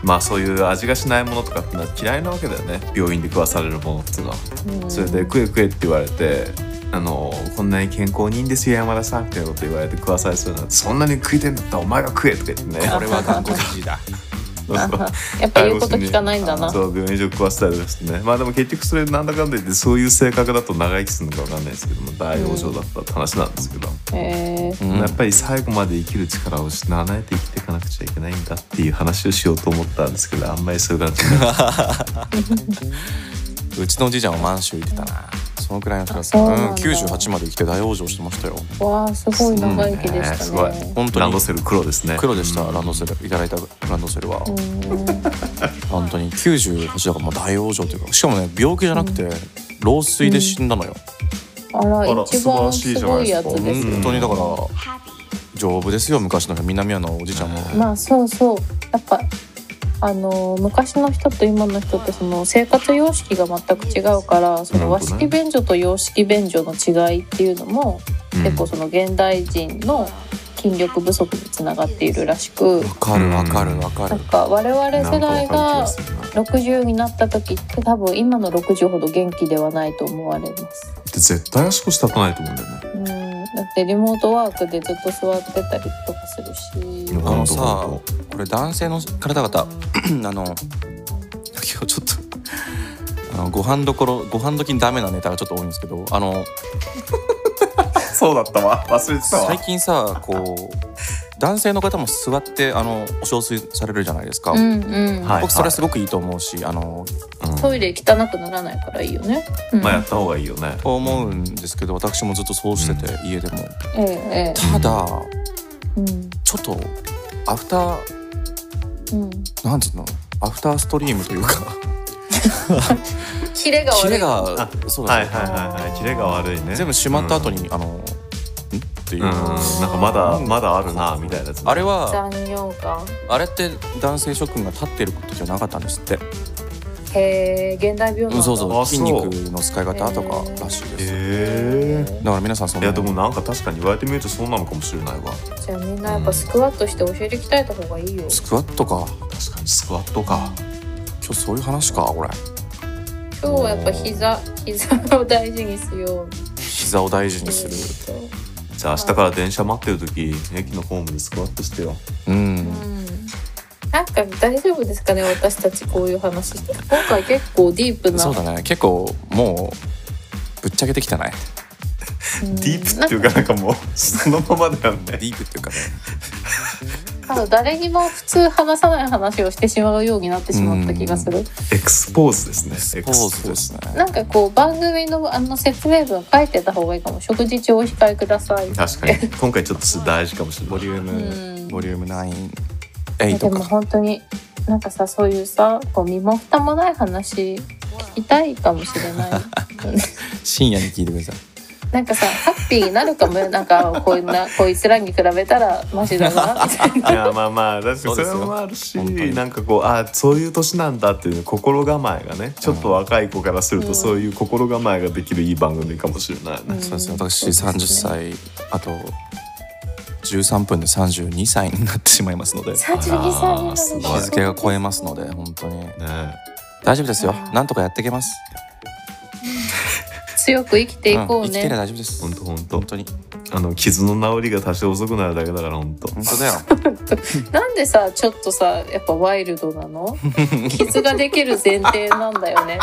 [SPEAKER 3] まあそういう味がしないものとかってのは嫌いなわけだよね病院で食わされるものっていうのは。
[SPEAKER 2] うん
[SPEAKER 3] それで「食え食え」って言われて「あのこんなに健康にいいんですよ山田さん」みたいなこと言われて食わされそうになって「そんなに食いてんだったらお前が食え」とか言ってね
[SPEAKER 4] これは頑固だしだ
[SPEAKER 3] そうそう
[SPEAKER 2] やっぱ言うこと聞かないんだな
[SPEAKER 3] そう病院食食わせたりですねまあでも結局それなんだかんだ言ってそういう性格だと長生きするのか分かんないですけども大往生だったって話なんですけど、
[SPEAKER 2] え
[SPEAKER 4] うん
[SPEAKER 3] やっぱり最後まで生きる力を失わないで生きていかなくちゃいけないんだっていう話をしようと思ったんですけどあんまりそういう感じになっ
[SPEAKER 4] うちのおじいちゃんは満州行ってたなそのくらいの人だった
[SPEAKER 2] あそううなんだ
[SPEAKER 4] ん98まで生きて大往生してましたよ
[SPEAKER 2] ー、わあすごい長生きで したね
[SPEAKER 3] すごいね
[SPEAKER 4] 本
[SPEAKER 3] て
[SPEAKER 4] 当
[SPEAKER 3] ランド
[SPEAKER 4] に
[SPEAKER 3] セル黒ですね
[SPEAKER 4] 黒でした、ランドセルいただいたランドセルは、
[SPEAKER 2] うん
[SPEAKER 4] 本当に98だからもう大往生というかしかもね病気じゃなくて、老衰で死んだのよ、
[SPEAKER 2] あら
[SPEAKER 3] あら
[SPEAKER 2] 一
[SPEAKER 3] 素晴ら
[SPEAKER 2] 番
[SPEAKER 3] し
[SPEAKER 2] す
[SPEAKER 3] いじゃない
[SPEAKER 2] ご
[SPEAKER 3] で
[SPEAKER 2] い
[SPEAKER 3] すか
[SPEAKER 2] やつですね
[SPEAKER 4] 本当にだから丈夫ですよ昔の人南アのおじいちゃんも、
[SPEAKER 2] まあそうそうやっぱあのー昔の人と今の人ってその生活様式が全く違うからその
[SPEAKER 3] な
[SPEAKER 2] 和
[SPEAKER 3] るほどね
[SPEAKER 2] 式便所と洋式便所の違いっていうのも
[SPEAKER 3] うん
[SPEAKER 2] 結構その現代人の筋力不足につながっているらしく
[SPEAKER 4] わかるわかるわか
[SPEAKER 2] な
[SPEAKER 4] る
[SPEAKER 2] ん、か我々世代
[SPEAKER 3] なんかわか
[SPEAKER 2] が
[SPEAKER 3] る気するな
[SPEAKER 2] 60になった時って多分今の60ほど元気ではないと思われます。
[SPEAKER 3] って絶対足腰立たないと思うんだよね。
[SPEAKER 2] うんだってリモートワークでずっと座ってたりとかするし。
[SPEAKER 4] あのさ
[SPEAKER 3] 本
[SPEAKER 4] これ男性の体型 あの今日ちょっとあのご飯どころご飯時にダメなネタがちょっと多いんですけどあの
[SPEAKER 3] そうだったわ忘れて
[SPEAKER 4] 最近さこう男性の方も座ってあのお憔悴されるじゃないですか、
[SPEAKER 2] うんうん、
[SPEAKER 3] はい
[SPEAKER 4] 僕それはすごくいいと思うしあの
[SPEAKER 2] トイレ汚くならないからいいよね、うん
[SPEAKER 3] まあやった方がいいよね。
[SPEAKER 4] こう思うんですけど私もずっとそうしてて、家でも
[SPEAKER 2] ええええ
[SPEAKER 4] ただ
[SPEAKER 2] うん
[SPEAKER 4] ちょっとアフター
[SPEAKER 2] うん
[SPEAKER 4] なんつうのアフターストリームとい うか
[SPEAKER 2] キレが
[SPEAKER 4] キ
[SPEAKER 2] 悪
[SPEAKER 4] レ
[SPEAKER 2] い
[SPEAKER 4] がそう
[SPEAKER 3] は
[SPEAKER 4] だ
[SPEAKER 3] い
[SPEAKER 4] ね、
[SPEAKER 3] はいはいはい。キレが悪いね。
[SPEAKER 4] 全部閉まった後に、あのんっていう
[SPEAKER 3] うん、なんかまだまだあるなみたいなやつ。
[SPEAKER 4] あれは
[SPEAKER 2] 残業感
[SPEAKER 4] あれって男性諸君が立ってることじゃなかったんですって、
[SPEAKER 2] へえ現代病なんだ
[SPEAKER 4] うん、そうそ
[SPEAKER 3] あ
[SPEAKER 4] う筋
[SPEAKER 3] そう
[SPEAKER 4] 肉の使い方とからしいです、
[SPEAKER 3] へえ。
[SPEAKER 4] だから皆さんそ
[SPEAKER 3] い
[SPEAKER 4] の
[SPEAKER 3] やでもなんか確かに言われてみるとそうなのかもしれないわ。
[SPEAKER 2] じゃあみんなやっぱスクワットして教えて鍛えた方がいいよ、
[SPEAKER 4] スクワットか
[SPEAKER 3] 確かにスクワットか。
[SPEAKER 4] 今日そういう話かこれ
[SPEAKER 2] 今日はやっぱ膝膝を大事にしよう
[SPEAKER 4] 膝を大事にする
[SPEAKER 3] じゃあ明日から電車待ってる時駅のホームでスクワットしてよ。
[SPEAKER 4] うん
[SPEAKER 2] うんなんか大丈夫ですかね私たちこういう話今回結構ディープな
[SPEAKER 4] そうだね結構もうぶっちゃけてきたね
[SPEAKER 2] うん
[SPEAKER 3] ディープっていうかなんかもうそのままだよ
[SPEAKER 4] デ
[SPEAKER 3] ね。
[SPEAKER 4] ィープっていうかね
[SPEAKER 2] なんか誰にも普通話さない話をしてしまうようになってしまった気がする
[SPEAKER 3] エクスポーズですね。
[SPEAKER 4] ポーズですね
[SPEAKER 2] なんかこう番組のあの説明文書いてた方がいいかも食事中お控えください
[SPEAKER 3] 確かに今回ちょっとそれ大事かもしれない。
[SPEAKER 4] ボリューム、
[SPEAKER 2] うん
[SPEAKER 4] ボリューム9
[SPEAKER 2] いや
[SPEAKER 4] 8
[SPEAKER 2] で
[SPEAKER 4] と
[SPEAKER 2] も
[SPEAKER 4] か
[SPEAKER 2] 本当になんかさそういうさこう身も蓋もない話聞きたいかもしれ ない
[SPEAKER 4] 深夜に聞いてください
[SPEAKER 2] なんかさハッピーになるかもよなんかこういうなこいつらに比べたらマシだ なみたいな
[SPEAKER 3] いやまあまあ確かにそれもあるし
[SPEAKER 4] そうですよ
[SPEAKER 3] なんかこうあそういう年なんだっていう心構えがねちょっと若い子からする
[SPEAKER 2] う
[SPEAKER 3] と
[SPEAKER 2] ん
[SPEAKER 3] そういう心構えができるいい番組かもしれないね。
[SPEAKER 4] そうですね
[SPEAKER 2] うん
[SPEAKER 4] 私
[SPEAKER 2] そう
[SPEAKER 4] 30
[SPEAKER 2] ですね
[SPEAKER 4] 歳あと13分で32歳になってしまいますので
[SPEAKER 2] 32
[SPEAKER 4] 日
[SPEAKER 2] 歳にな
[SPEAKER 3] あー
[SPEAKER 2] る
[SPEAKER 3] すごい
[SPEAKER 4] 付が超えますので本当に
[SPEAKER 3] ね
[SPEAKER 4] 大丈夫ですよ
[SPEAKER 2] うん
[SPEAKER 4] なんとかやっていけます
[SPEAKER 2] 強く生きていこう
[SPEAKER 4] 生きてりゃ
[SPEAKER 2] ね、
[SPEAKER 4] 大丈夫です
[SPEAKER 3] 本当本当
[SPEAKER 4] 本当に
[SPEAKER 3] あの傷の治りが多少遅くなるだけだから本当。
[SPEAKER 4] 本当だよ
[SPEAKER 2] なんでさちょっとさやっぱワイルドなの 傷ができる前提なんだよね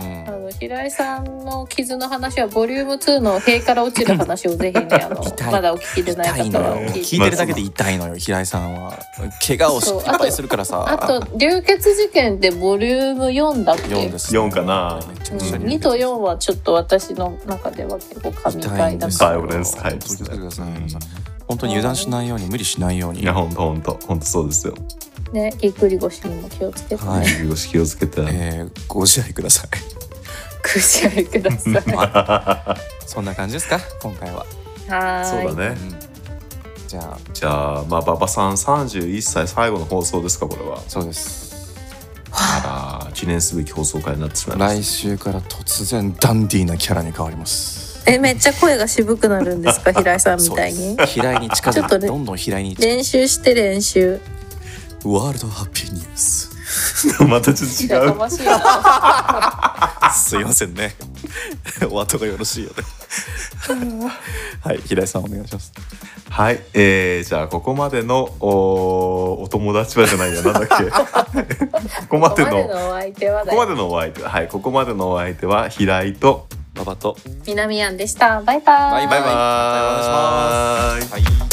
[SPEAKER 4] うん
[SPEAKER 2] あの平井さんの傷の話はボリューム2の「塀から落ちる話」をぜひねあの
[SPEAKER 4] 痛い
[SPEAKER 2] まだお聞きでない
[SPEAKER 4] 痛い
[SPEAKER 2] 方
[SPEAKER 4] の
[SPEAKER 2] は
[SPEAKER 4] よ
[SPEAKER 2] 聞いて
[SPEAKER 4] 聞いてるだけで痛いのよ平井さんは怪我をし
[SPEAKER 2] そう
[SPEAKER 4] いっぱいするからさ
[SPEAKER 2] あと流血事件でボリューム4だっけ
[SPEAKER 4] 4ですね
[SPEAKER 3] 4かな
[SPEAKER 4] めちゃ
[SPEAKER 2] うん
[SPEAKER 4] くちゃ
[SPEAKER 2] 2と4はちょっと私の中では結構神
[SPEAKER 4] 痛い
[SPEAKER 2] 回
[SPEAKER 4] ん
[SPEAKER 2] だ
[SPEAKER 4] で
[SPEAKER 2] か
[SPEAKER 4] す
[SPEAKER 2] ら
[SPEAKER 4] よ
[SPEAKER 3] 回俺です回です
[SPEAKER 4] 気をつけてください
[SPEAKER 3] うん
[SPEAKER 4] 皆さん本当に油断しないように無理しないように
[SPEAKER 3] いや本当本当本当そうですよ。
[SPEAKER 2] ねぎっくり腰にも気をつけて
[SPEAKER 4] はい
[SPEAKER 3] よし気をつけて。
[SPEAKER 4] えーご自愛ください
[SPEAKER 2] くしゃいくださ いは
[SPEAKER 4] そんな感じですか今回は
[SPEAKER 2] ーい
[SPEAKER 3] そうだね。
[SPEAKER 4] うんじゃあ
[SPEAKER 3] じゃあまあ馬場さん31歳最後の放送ですかこれは。
[SPEAKER 4] そうです
[SPEAKER 3] あら記念すべき放送会になってしまいました。
[SPEAKER 4] 来週から突然ダンディーなキャラに変わります
[SPEAKER 2] えめっちゃ声が渋くなるんですか平井さんみたいに
[SPEAKER 4] そうです平井に近
[SPEAKER 2] ちょ
[SPEAKER 4] づ
[SPEAKER 2] っ
[SPEAKER 4] い
[SPEAKER 2] と
[SPEAKER 4] て
[SPEAKER 2] ね
[SPEAKER 4] どんどん平井に近づい
[SPEAKER 2] 練習して練習
[SPEAKER 4] てワールドハッピーニュース
[SPEAKER 3] またちょっと違
[SPEAKER 2] や
[SPEAKER 3] う
[SPEAKER 2] か。ま しいな
[SPEAKER 4] すいませんね お後がよろしいよね はい平井さんお願いします
[SPEAKER 3] はい、えー、じゃあここまでのおお友達はじゃないやなんだっ けここま
[SPEAKER 2] ここ
[SPEAKER 3] で
[SPEAKER 2] まで
[SPEAKER 3] のこ
[SPEAKER 2] のお相手はだ
[SPEAKER 3] こま
[SPEAKER 2] よ
[SPEAKER 3] でのお相手はいここまでのお相手は平井と
[SPEAKER 4] 馬場と
[SPEAKER 2] 南アンでしたバイバイ
[SPEAKER 4] バイバ
[SPEAKER 3] バ
[SPEAKER 4] イ
[SPEAKER 3] イバイ
[SPEAKER 4] はい